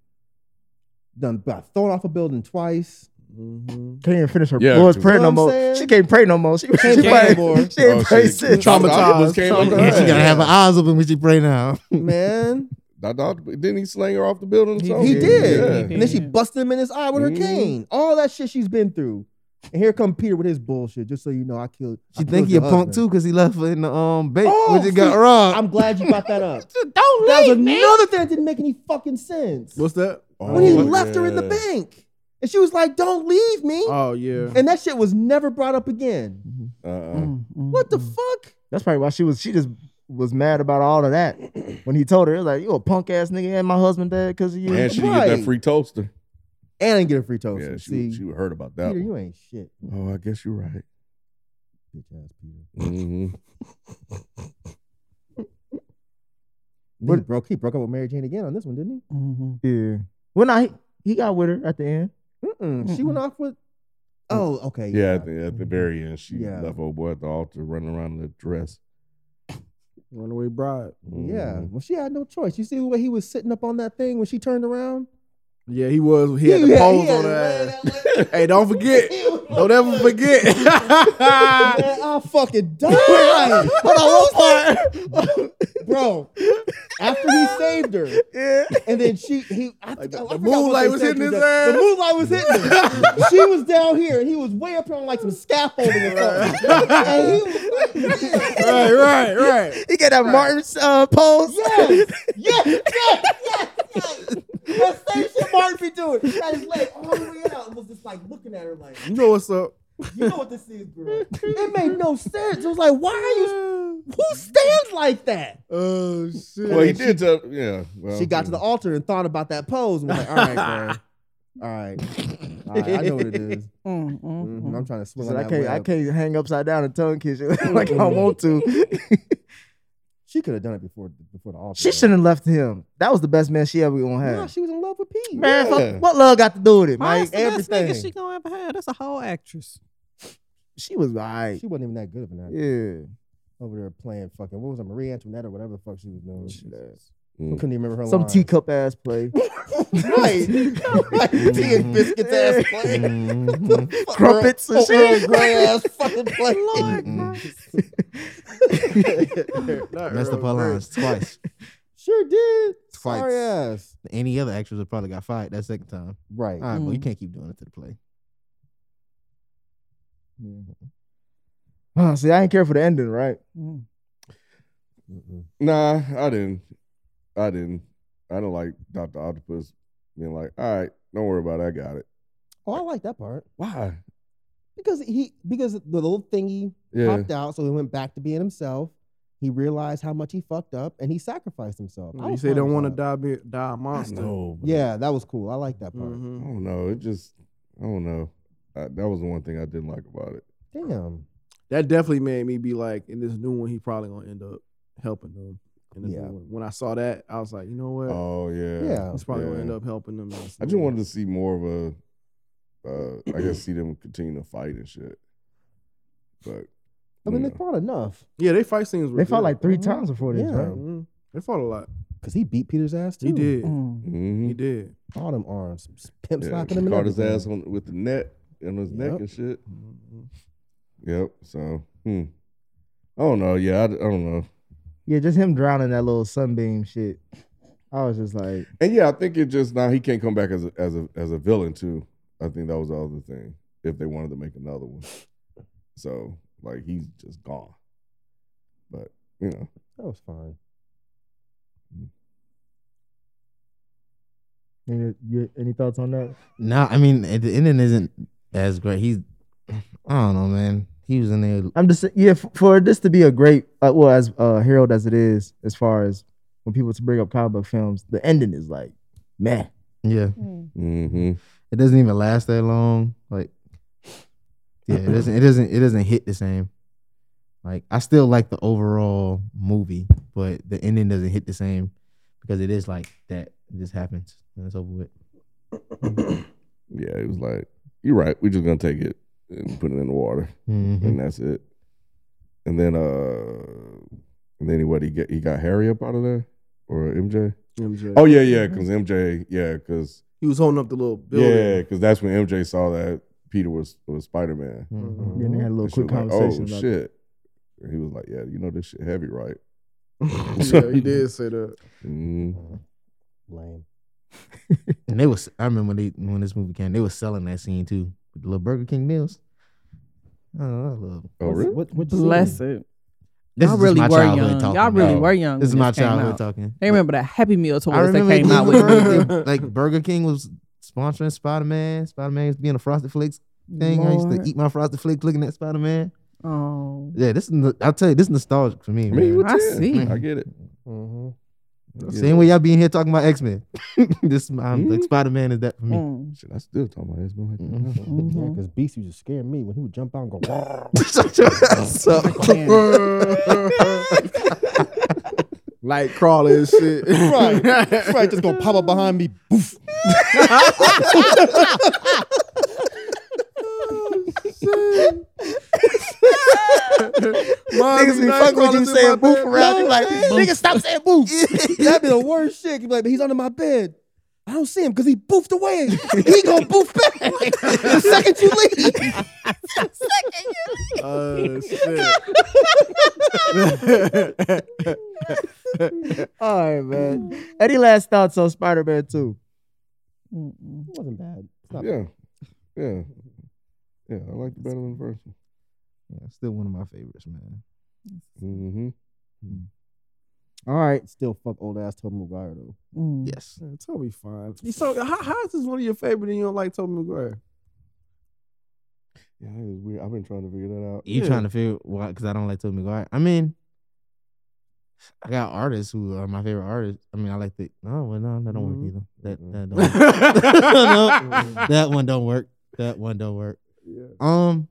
[SPEAKER 2] done got thrown off a building twice.
[SPEAKER 10] Can't even finish her
[SPEAKER 2] Yeah,
[SPEAKER 10] Lord's
[SPEAKER 2] true.
[SPEAKER 10] prayer
[SPEAKER 2] You know
[SPEAKER 10] no
[SPEAKER 2] what I'm
[SPEAKER 10] more.
[SPEAKER 2] saying?
[SPEAKER 10] She can't pray no more. She, she,
[SPEAKER 2] Can't pray
[SPEAKER 10] pray-
[SPEAKER 2] no more.
[SPEAKER 10] She ain't
[SPEAKER 2] Oh,
[SPEAKER 10] pray
[SPEAKER 2] she-
[SPEAKER 10] since.
[SPEAKER 11] Traumatized. She
[SPEAKER 12] She gotta have her eyes open when she pray now.
[SPEAKER 2] man.
[SPEAKER 11] That dog- Didn't he sling her off the building? Or something?
[SPEAKER 2] He did.
[SPEAKER 11] Oh, Yeah.
[SPEAKER 2] And then she busted him in his eye with her
[SPEAKER 11] Mhm.
[SPEAKER 2] cane. All that shit she's been through. And here come Peter with his bullshit. Just so you know, I killed. Oh,
[SPEAKER 12] She think he a punk too because he left her in the um bait
[SPEAKER 10] Oh,
[SPEAKER 12] when she got
[SPEAKER 2] see,
[SPEAKER 12] robbed.
[SPEAKER 2] I'm glad you brought that up.
[SPEAKER 12] Don't
[SPEAKER 2] that
[SPEAKER 12] leave,
[SPEAKER 2] was another
[SPEAKER 12] man.
[SPEAKER 2] thing that didn't make any fucking sense.
[SPEAKER 4] What's that?
[SPEAKER 2] when he
[SPEAKER 4] Oh,
[SPEAKER 2] left her in the
[SPEAKER 4] yeah.
[SPEAKER 2] bank, and she was like, "Don't leave me,"
[SPEAKER 4] Oh yeah.
[SPEAKER 2] and that shit was never brought up again.
[SPEAKER 11] Uh-uh.
[SPEAKER 2] What the fuck?
[SPEAKER 10] That's probably why she was. She just was mad about all of that when he told her. It was like you a punk ass nigga and my husband dead because of you.
[SPEAKER 11] And she didn't get that free toaster.
[SPEAKER 2] And I didn't get a free toaster.
[SPEAKER 11] Yeah, she,
[SPEAKER 2] See,
[SPEAKER 11] she heard about that.
[SPEAKER 2] Peter,
[SPEAKER 11] one.
[SPEAKER 2] you ain't shit.
[SPEAKER 11] Oh, I guess you're right.
[SPEAKER 2] Bitch ass Peter.
[SPEAKER 11] hmm
[SPEAKER 2] He broke. He broke up with Mary Jane again on this one, didn't
[SPEAKER 10] Mm-hmm.
[SPEAKER 2] he?
[SPEAKER 10] Yeah. Well, not he, he got with her at the end.
[SPEAKER 2] Mm-mm. She went off with. Oh, okay.
[SPEAKER 11] Yeah, at, the, at the very end, she
[SPEAKER 2] Yeah.
[SPEAKER 11] left old boy at the altar running around in a dress.
[SPEAKER 4] Runaway bride.
[SPEAKER 2] Yeah. Well, she had no choice. You see the way he was sitting up on that thing when she turned around.
[SPEAKER 4] Yeah, he was. He had
[SPEAKER 2] He
[SPEAKER 4] the
[SPEAKER 2] had-
[SPEAKER 4] pose
[SPEAKER 2] he had
[SPEAKER 4] on
[SPEAKER 2] to
[SPEAKER 4] her ass. hey, don't forget. don't ever forget.
[SPEAKER 2] Man, I fucking died. Hold on, what part? Bro, after he saved her, and then she, he, I, I- I forgot what
[SPEAKER 4] moonlight
[SPEAKER 2] they
[SPEAKER 4] was
[SPEAKER 2] said to
[SPEAKER 4] hitting his
[SPEAKER 2] the-
[SPEAKER 4] ass.
[SPEAKER 2] The moonlight was hitting him. she was down here, and he was way up here on like some scaffolding or something. and he was
[SPEAKER 4] right, right, right.
[SPEAKER 10] He got that Martin's uh, pose.
[SPEAKER 2] Yes, yes, yes, yes, yes. That same shit Martin be doing. Had his leg all the way out and was just like looking at her like,
[SPEAKER 4] You know what's up?
[SPEAKER 2] you know what this is, girl. It made no sense. It was like, why are you, who stands like that?
[SPEAKER 4] Oh, shit.
[SPEAKER 11] Well, he did. Tell, yeah. Well,
[SPEAKER 2] she got to the altar and thought about that pose and was like, all right, man. All right. All right, I know what it
[SPEAKER 10] Mm,
[SPEAKER 2] is. Mhm, I'm trying to swing
[SPEAKER 10] She's
[SPEAKER 2] on
[SPEAKER 10] like,
[SPEAKER 2] that
[SPEAKER 10] mm. I can't. I
[SPEAKER 2] web. Mm-hmm.
[SPEAKER 10] can't hang upside down and tongue kiss you like I want to.
[SPEAKER 2] She could have done it before before the altar.
[SPEAKER 10] She shouldn't have left him. That was the best man she ever gonna have.
[SPEAKER 2] Nah, she was in love with Pete.
[SPEAKER 10] Man, fuck-
[SPEAKER 2] Yeah.
[SPEAKER 10] what love got to do with it,
[SPEAKER 17] Why
[SPEAKER 10] Mike?
[SPEAKER 17] is the best
[SPEAKER 10] Everything.
[SPEAKER 17] nigga she gonna ever have? That's a whole actress.
[SPEAKER 10] She was alright.
[SPEAKER 2] She wasn't even that good of an actor.
[SPEAKER 10] Yeah.
[SPEAKER 2] Over there playing fucking what was it, Marie Antoinette or whatever the fuck she was doing. I couldn't even remember her
[SPEAKER 10] Some
[SPEAKER 2] lines.
[SPEAKER 10] teacup ass play.
[SPEAKER 2] right. Like,
[SPEAKER 4] Mm-hmm.
[SPEAKER 2] tea and biscuits ass
[SPEAKER 11] Mm-hmm.
[SPEAKER 2] play.
[SPEAKER 10] Crumpets and shit.
[SPEAKER 2] Gray ass fucking play.
[SPEAKER 12] Messed up her lines twice.
[SPEAKER 2] Sure did.
[SPEAKER 12] Twice.
[SPEAKER 2] Sorry ass.
[SPEAKER 12] Any other actors would probably got fired that second time.
[SPEAKER 2] Right.
[SPEAKER 12] All right, well, you
[SPEAKER 2] Mm.
[SPEAKER 12] can't keep doing it to the play.
[SPEAKER 2] Mm-hmm.
[SPEAKER 10] Oh, see, I ain't care for the ending, right?
[SPEAKER 11] Nah, I didn't. I didn't. I don't like Doctor Octopus being like, "All right, don't worry about it. I got it."
[SPEAKER 2] Oh, I like that part.
[SPEAKER 11] Why?
[SPEAKER 2] Because he because the little thingy
[SPEAKER 11] Yeah.
[SPEAKER 2] popped out, so he went back to being himself. He realized how much he fucked up and he sacrificed
[SPEAKER 10] Mm,
[SPEAKER 2] himself. I
[SPEAKER 4] you
[SPEAKER 2] was
[SPEAKER 4] say
[SPEAKER 2] fine
[SPEAKER 4] don't
[SPEAKER 2] with
[SPEAKER 4] want to
[SPEAKER 2] that.
[SPEAKER 4] die, be, die a monster. Mm-hmm.
[SPEAKER 11] No.
[SPEAKER 2] Yeah, that was cool. I like that part.
[SPEAKER 10] Mm-hmm.
[SPEAKER 11] I don't know. It just, I don't know. I, that was the one thing I didn't like about it.
[SPEAKER 2] Damn.
[SPEAKER 4] That definitely made me be like, in this new one, he probably gonna end up helping them. In this new
[SPEAKER 11] Yeah.
[SPEAKER 4] one. When I saw that, I was like, you know what?
[SPEAKER 11] Oh yeah.
[SPEAKER 4] He's probably gonna end up helping them. in this
[SPEAKER 11] I
[SPEAKER 4] new
[SPEAKER 11] just
[SPEAKER 4] one.
[SPEAKER 11] wanted to see more of a. Uh, I guess see them continue to fight and shit. But
[SPEAKER 2] I mean, they fought enough.
[SPEAKER 4] Yeah, they fight scenes. Were
[SPEAKER 10] They fought
[SPEAKER 4] good.
[SPEAKER 10] like 3 times before this,
[SPEAKER 2] Yeah.
[SPEAKER 10] right?
[SPEAKER 4] Mhm. They fought a lot.
[SPEAKER 2] Cause he beat Peter's ass too.
[SPEAKER 4] He did.
[SPEAKER 11] Mhm.
[SPEAKER 4] He did.
[SPEAKER 2] All them arms, pimp
[SPEAKER 11] yeah,
[SPEAKER 2] slapping him. and
[SPEAKER 11] caught his
[SPEAKER 2] everything.
[SPEAKER 11] ass on with the net and his neck
[SPEAKER 2] Yep. Mm-hmm.
[SPEAKER 11] and shit. Yep. So, hmm. I don't know. Yeah, I, I don't know.
[SPEAKER 10] Yeah, just him drowning that little sunbeam shit. I was just like,
[SPEAKER 11] And yeah, I think it just now he can't come back as a, as a as a villain too. I think that was the other thing. If they wanted to make another one, so like he's just gone. But you know,
[SPEAKER 2] That was fine.
[SPEAKER 10] any, you- any thoughts on that?
[SPEAKER 12] No, I mean at the ending isn't as great. He's I don't know, man. He was in there.
[SPEAKER 10] I'm just yeah f- for this to be a great uh, well as uh, herald as it is as far as when people to bring up comic book films, the ending is like man.
[SPEAKER 12] Yeah.
[SPEAKER 11] Mm-hmm.
[SPEAKER 12] It doesn't even last that long. Like, yeah, it doesn't. It doesn't. It doesn't hit the same. Like, I still like the overall movie, but the ending doesn't hit the same because it is like that. It just happens and it's over with.
[SPEAKER 11] yeah, it was like you're right. We're just gonna take it and put it in the water,
[SPEAKER 10] Mm-hmm.
[SPEAKER 12] Mhm.
[SPEAKER 11] and that's it. And then uh, and then he what he get he got Harry up out of there or MJ.
[SPEAKER 4] MJ. Oh.
[SPEAKER 11] Oh yeah, yeah, because MJ, yeah, because
[SPEAKER 4] He He was holding up the little building.
[SPEAKER 11] Yeah, because that's when MJ saw that Peter was was Spider Man.
[SPEAKER 10] Mm,
[SPEAKER 4] Mm-hmm.
[SPEAKER 21] Mhm. Then they had a little quick
[SPEAKER 11] Like,
[SPEAKER 21] conversation
[SPEAKER 11] oh
[SPEAKER 21] about
[SPEAKER 11] shit! And he was like, "Yeah, you know this shit heavy, right?"
[SPEAKER 4] yeah, he did say that.
[SPEAKER 11] Mhm.
[SPEAKER 2] Lame.
[SPEAKER 10] And they was I remember when they when this movie came, they was selling that scene too. With the little Burger King meals. Oh, I love
[SPEAKER 11] Oh, really?
[SPEAKER 2] What, what
[SPEAKER 17] Bless it.
[SPEAKER 10] This is
[SPEAKER 17] Y'all
[SPEAKER 10] just
[SPEAKER 17] really
[SPEAKER 10] my
[SPEAKER 17] were
[SPEAKER 10] childhood
[SPEAKER 17] young.
[SPEAKER 10] talking
[SPEAKER 17] Y'all really
[SPEAKER 10] now.
[SPEAKER 17] were young.
[SPEAKER 10] This is
[SPEAKER 17] when
[SPEAKER 10] my
[SPEAKER 17] came
[SPEAKER 10] childhood
[SPEAKER 17] out.
[SPEAKER 10] talking.
[SPEAKER 17] They remember the Happy Meal
[SPEAKER 10] I
[SPEAKER 17] toys that
[SPEAKER 10] remember
[SPEAKER 17] came out with.
[SPEAKER 10] they- like Burger King was sponsoring Spider Man. Spider Man used to be in a Frosted Flakes thing. I used
[SPEAKER 17] Lord.
[SPEAKER 10] to eat my Frosted Flakes looking at Spider Man.
[SPEAKER 17] Oh,
[SPEAKER 10] Yeah, this is no- I'll tell you, this is nostalgic for me.
[SPEAKER 11] I mean, you
[SPEAKER 10] man.
[SPEAKER 11] were
[SPEAKER 17] I
[SPEAKER 11] 10.
[SPEAKER 17] see.
[SPEAKER 11] I get it.
[SPEAKER 4] Mm-hmm.
[SPEAKER 11] I get
[SPEAKER 10] Same
[SPEAKER 11] it.
[SPEAKER 10] way y'all being here talking about X Men. this I'm
[SPEAKER 17] Mm-hmm.
[SPEAKER 10] like Spider Man is that for me.
[SPEAKER 17] Mm.
[SPEAKER 11] Shit, I still talking about this. Like
[SPEAKER 2] Yeah, because Beast used to scare me when he would jump out and go. "Wah."
[SPEAKER 10] Shut your ass up.
[SPEAKER 4] Light crawler and shit.
[SPEAKER 2] right, right, just gonna pop up behind me. Boof.
[SPEAKER 21] Niggas be fucking with you saying boof around you like, nigga, stop saying boof.
[SPEAKER 2] That'd be the worst shit. He'd be like, but he's under my bed. I don't see him because he boofed away. He gonna boof back the second you leave.
[SPEAKER 4] Oh shit.
[SPEAKER 21] All right, man. Any last thoughts on Spider Man 2?
[SPEAKER 17] Mm-mm.
[SPEAKER 2] It wasn't bad. It's not
[SPEAKER 11] Yeah, yeah, yeah. I like the better than the first one.
[SPEAKER 10] Yeah, still one of my favorites, man.
[SPEAKER 11] Mm-hmm.
[SPEAKER 21] All right.
[SPEAKER 2] bad. Still fuck old ass Tobey Maguire though.
[SPEAKER 17] Mm.
[SPEAKER 10] Yes.
[SPEAKER 4] Man, Toby fine. You So how, how is this one of your favorite and you don't like Toby McGuire?
[SPEAKER 11] Yeah, it was weird. I've been trying to figure that out.
[SPEAKER 10] You
[SPEAKER 4] Yeah.
[SPEAKER 10] trying to figure why? Because I don't like Tobey Maguire. I mean, I got artists who are my favorite artists. I mean, I like the no, well, no, that don't work
[SPEAKER 4] Mhm.
[SPEAKER 10] either. That that don't work. No, that one don't work. That one don't work.
[SPEAKER 4] Yeah.
[SPEAKER 10] Um,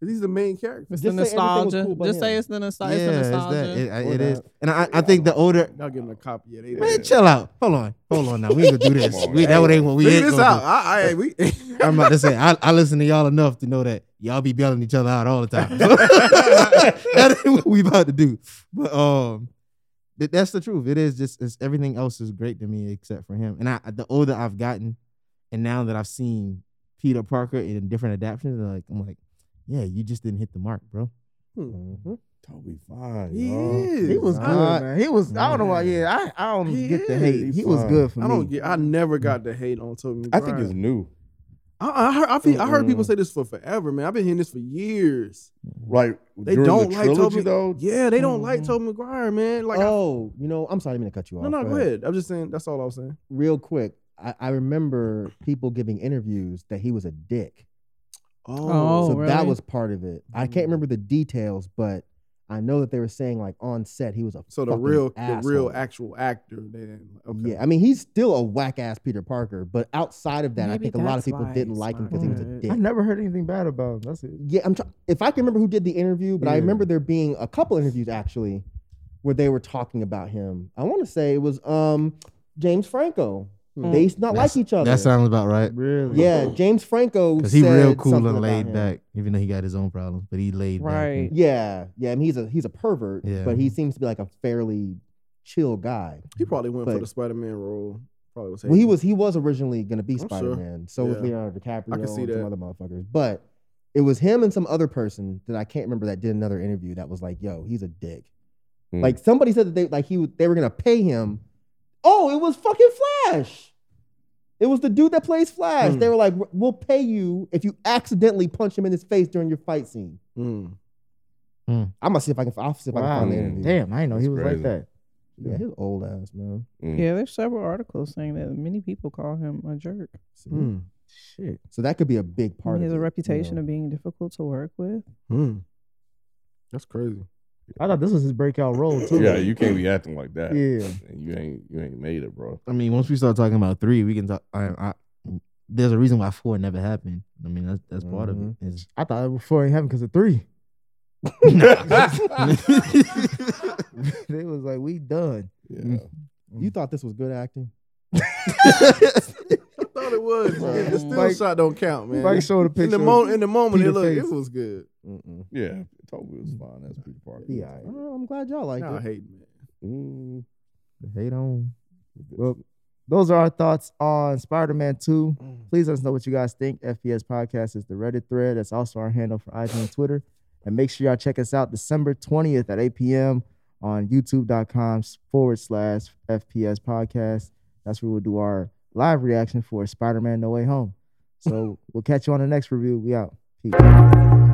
[SPEAKER 4] Cause he's the main character.
[SPEAKER 17] It's
[SPEAKER 2] Just
[SPEAKER 17] the
[SPEAKER 2] say everything was
[SPEAKER 17] nostalgia.
[SPEAKER 2] cool but
[SPEAKER 17] Just
[SPEAKER 2] him.
[SPEAKER 17] say it's the nostalgia.
[SPEAKER 10] yeah,
[SPEAKER 17] it's
[SPEAKER 10] it's
[SPEAKER 17] the nostalgia.
[SPEAKER 10] that. It, I-
[SPEAKER 2] Or
[SPEAKER 10] it is,
[SPEAKER 2] that.
[SPEAKER 10] and I I think the older
[SPEAKER 4] Y'all give him a copy. Yeah, they
[SPEAKER 10] man, chill out. Hold on, hold on. Now we ain't gonna do this.
[SPEAKER 11] Come on,
[SPEAKER 10] we, that
[SPEAKER 11] hey.
[SPEAKER 10] what ain't what we
[SPEAKER 4] Figure
[SPEAKER 10] ain't
[SPEAKER 4] this
[SPEAKER 10] gonna
[SPEAKER 4] out.
[SPEAKER 10] do.
[SPEAKER 4] I, I, we,
[SPEAKER 10] I'm about to say I, I listen to y'all enough to know that y'all be bailing each other out all the time. that ain't what we about to do. But um, th- that's the truth. It is just it's, everything else is great to me except for him. And I the older I've gotten, and now that I've seen Peter Parker in different adaptations, I'm like I'm like, yeah, you just didn't hit the mark, bro.
[SPEAKER 11] Toby fine.
[SPEAKER 4] he
[SPEAKER 11] y'all.
[SPEAKER 4] is.
[SPEAKER 21] He was good,
[SPEAKER 4] I,
[SPEAKER 21] man. He was. I don't know why. Yeah, I, I don't
[SPEAKER 4] He
[SPEAKER 21] get the
[SPEAKER 4] is.
[SPEAKER 21] hate. He was
[SPEAKER 11] Fine.
[SPEAKER 21] good for
[SPEAKER 4] I
[SPEAKER 21] me.
[SPEAKER 4] don't get. I never got the hate on Toby.
[SPEAKER 11] I think
[SPEAKER 4] McGuire.
[SPEAKER 11] it's new.
[SPEAKER 4] I, I heard. I, think, I heard people
[SPEAKER 11] Mm-mm.
[SPEAKER 4] say this for forever, man. I've been hearing this for years.
[SPEAKER 11] Like
[SPEAKER 4] They
[SPEAKER 11] during
[SPEAKER 4] don't
[SPEAKER 11] the
[SPEAKER 4] like
[SPEAKER 11] trilogy
[SPEAKER 4] Toby.
[SPEAKER 11] though.
[SPEAKER 4] Yeah, they don't
[SPEAKER 10] mm-hmm.
[SPEAKER 4] like Toby McGuire, man. Like, I-
[SPEAKER 2] oh, you know, I'm sorry, I didn't mean to cut you off.
[SPEAKER 4] no, no, go ahead. I'm just saying. That's all I was saying.
[SPEAKER 2] Real quick, I, I remember people giving interviews that he was a dick.
[SPEAKER 17] Oh,
[SPEAKER 2] so that
[SPEAKER 17] really?
[SPEAKER 2] was part of it. I can't remember the details, but I know that they were saying like on set he was a
[SPEAKER 4] So the
[SPEAKER 2] fucking
[SPEAKER 4] real, the real
[SPEAKER 2] asshole.
[SPEAKER 4] actual actor. They didn't. Okay.
[SPEAKER 2] Yeah, I mean he's still a whack ass Peter Parker, but outside of that, I
[SPEAKER 17] Maybe
[SPEAKER 2] think a lot of
[SPEAKER 17] that's
[SPEAKER 2] people
[SPEAKER 17] why
[SPEAKER 2] didn't
[SPEAKER 17] he's
[SPEAKER 2] like him
[SPEAKER 17] not
[SPEAKER 2] because he was a
[SPEAKER 17] good.
[SPEAKER 2] dick.
[SPEAKER 21] I never heard anything bad about him. That's it.
[SPEAKER 2] Yeah, I'm. Try- if I can remember who did the interview, but I
[SPEAKER 10] Yeah.
[SPEAKER 2] remember there being a couple interviews actually where they were talking about him. I want to say it was um James Franco. They used to not
[SPEAKER 10] That's-
[SPEAKER 2] like each other.
[SPEAKER 10] That sounds about right.
[SPEAKER 21] Really?
[SPEAKER 2] yeah, James Franco.
[SPEAKER 10] Cause he real
[SPEAKER 2] said
[SPEAKER 10] cool
[SPEAKER 2] something
[SPEAKER 10] and
[SPEAKER 2] about
[SPEAKER 10] laid
[SPEAKER 2] him.
[SPEAKER 10] back, even though he got his own problems, but he laid
[SPEAKER 17] Right.
[SPEAKER 10] back.
[SPEAKER 2] Yeah, yeah. I mean, he's a he's a pervert,
[SPEAKER 10] Yeah.
[SPEAKER 2] but he seems to be like a fairly chill guy.
[SPEAKER 4] He probably went for
[SPEAKER 2] But-
[SPEAKER 4] the Spider Man role. Probably was.
[SPEAKER 2] Well, he
[SPEAKER 4] hating.
[SPEAKER 2] was he was originally gonna be
[SPEAKER 4] sure.
[SPEAKER 2] Spider Man. So was
[SPEAKER 4] Yeah.
[SPEAKER 2] Leonardo DiCaprio
[SPEAKER 4] I can see
[SPEAKER 2] and some
[SPEAKER 4] that.
[SPEAKER 2] other motherfuckers. But it was him and some other person that I can't remember that did another interview that was like, "Yo, he's a dick."
[SPEAKER 11] Hmm.
[SPEAKER 2] Like somebody said that they like he would- they were gonna pay him. Oh, it was fucking Flash. It was the dude that plays Flash.
[SPEAKER 4] Hmm.
[SPEAKER 2] They were like, "We'll pay you if you accidentally punch him in his face during your fight scene."
[SPEAKER 4] Mm.
[SPEAKER 10] hmm.
[SPEAKER 2] I'm gonna see if I can. I'll see if I can
[SPEAKER 21] Wow.
[SPEAKER 2] find the
[SPEAKER 11] Mm.
[SPEAKER 2] interview.
[SPEAKER 21] Damn, I didn't know he
[SPEAKER 11] That's
[SPEAKER 21] was
[SPEAKER 11] crazy.
[SPEAKER 21] like that.
[SPEAKER 2] Yeah, his old ass man.
[SPEAKER 11] Mm.
[SPEAKER 17] Yeah, there's several articles saying that many people call him a jerk.
[SPEAKER 2] See?
[SPEAKER 21] Hmm.
[SPEAKER 4] Mm.
[SPEAKER 21] Shit.
[SPEAKER 2] So that could be a big part.
[SPEAKER 17] He
[SPEAKER 2] of it,
[SPEAKER 17] has a
[SPEAKER 2] you know?
[SPEAKER 17] reputation of being difficult to work with.
[SPEAKER 4] Mm. That's crazy.
[SPEAKER 21] I thought this was his breakout role too.
[SPEAKER 11] Yeah, you can't be acting like that.
[SPEAKER 21] Yeah.
[SPEAKER 11] And you ain't you ain't made it, bro.
[SPEAKER 10] I mean, once we start talking about three, we can talk. I, I, there's a reason why four never happened. I mean, that's that's part of it. Is
[SPEAKER 21] Mm-hmm. I thought before he happened because of three. they was like, we done.
[SPEAKER 11] Yeah.
[SPEAKER 21] Hmm.
[SPEAKER 2] You thought this was good acting?
[SPEAKER 4] I thought it was. man. The still
[SPEAKER 21] Mike-
[SPEAKER 4] shot don't count, man.
[SPEAKER 21] Mike showed a
[SPEAKER 4] in
[SPEAKER 21] picture.
[SPEAKER 4] the moment, in the moment, it
[SPEAKER 21] Peter
[SPEAKER 4] looked, it
[SPEAKER 21] face.
[SPEAKER 4] was good.
[SPEAKER 2] Mm-mm.
[SPEAKER 11] Yeah. Toby was fine. That's Peter Parker.
[SPEAKER 21] He all right.
[SPEAKER 2] Oh, I'm glad y'all like
[SPEAKER 4] Nah, I
[SPEAKER 2] it.
[SPEAKER 4] hate
[SPEAKER 11] Mm.
[SPEAKER 4] man.
[SPEAKER 10] Hate on. Well, those are our thoughts on Spider-Man 2. Please let us know what you guys think. FPS Podcast is the Reddit thread. That's also our handle for IG and Twitter. And make sure y'all check us out December 20th at 8 p.m. on youtube.com forward slash FPS Podcast. That's where we'll do our live reaction for Spider-Man No Way Home. So we'll catch you on the next review. We out. Peace.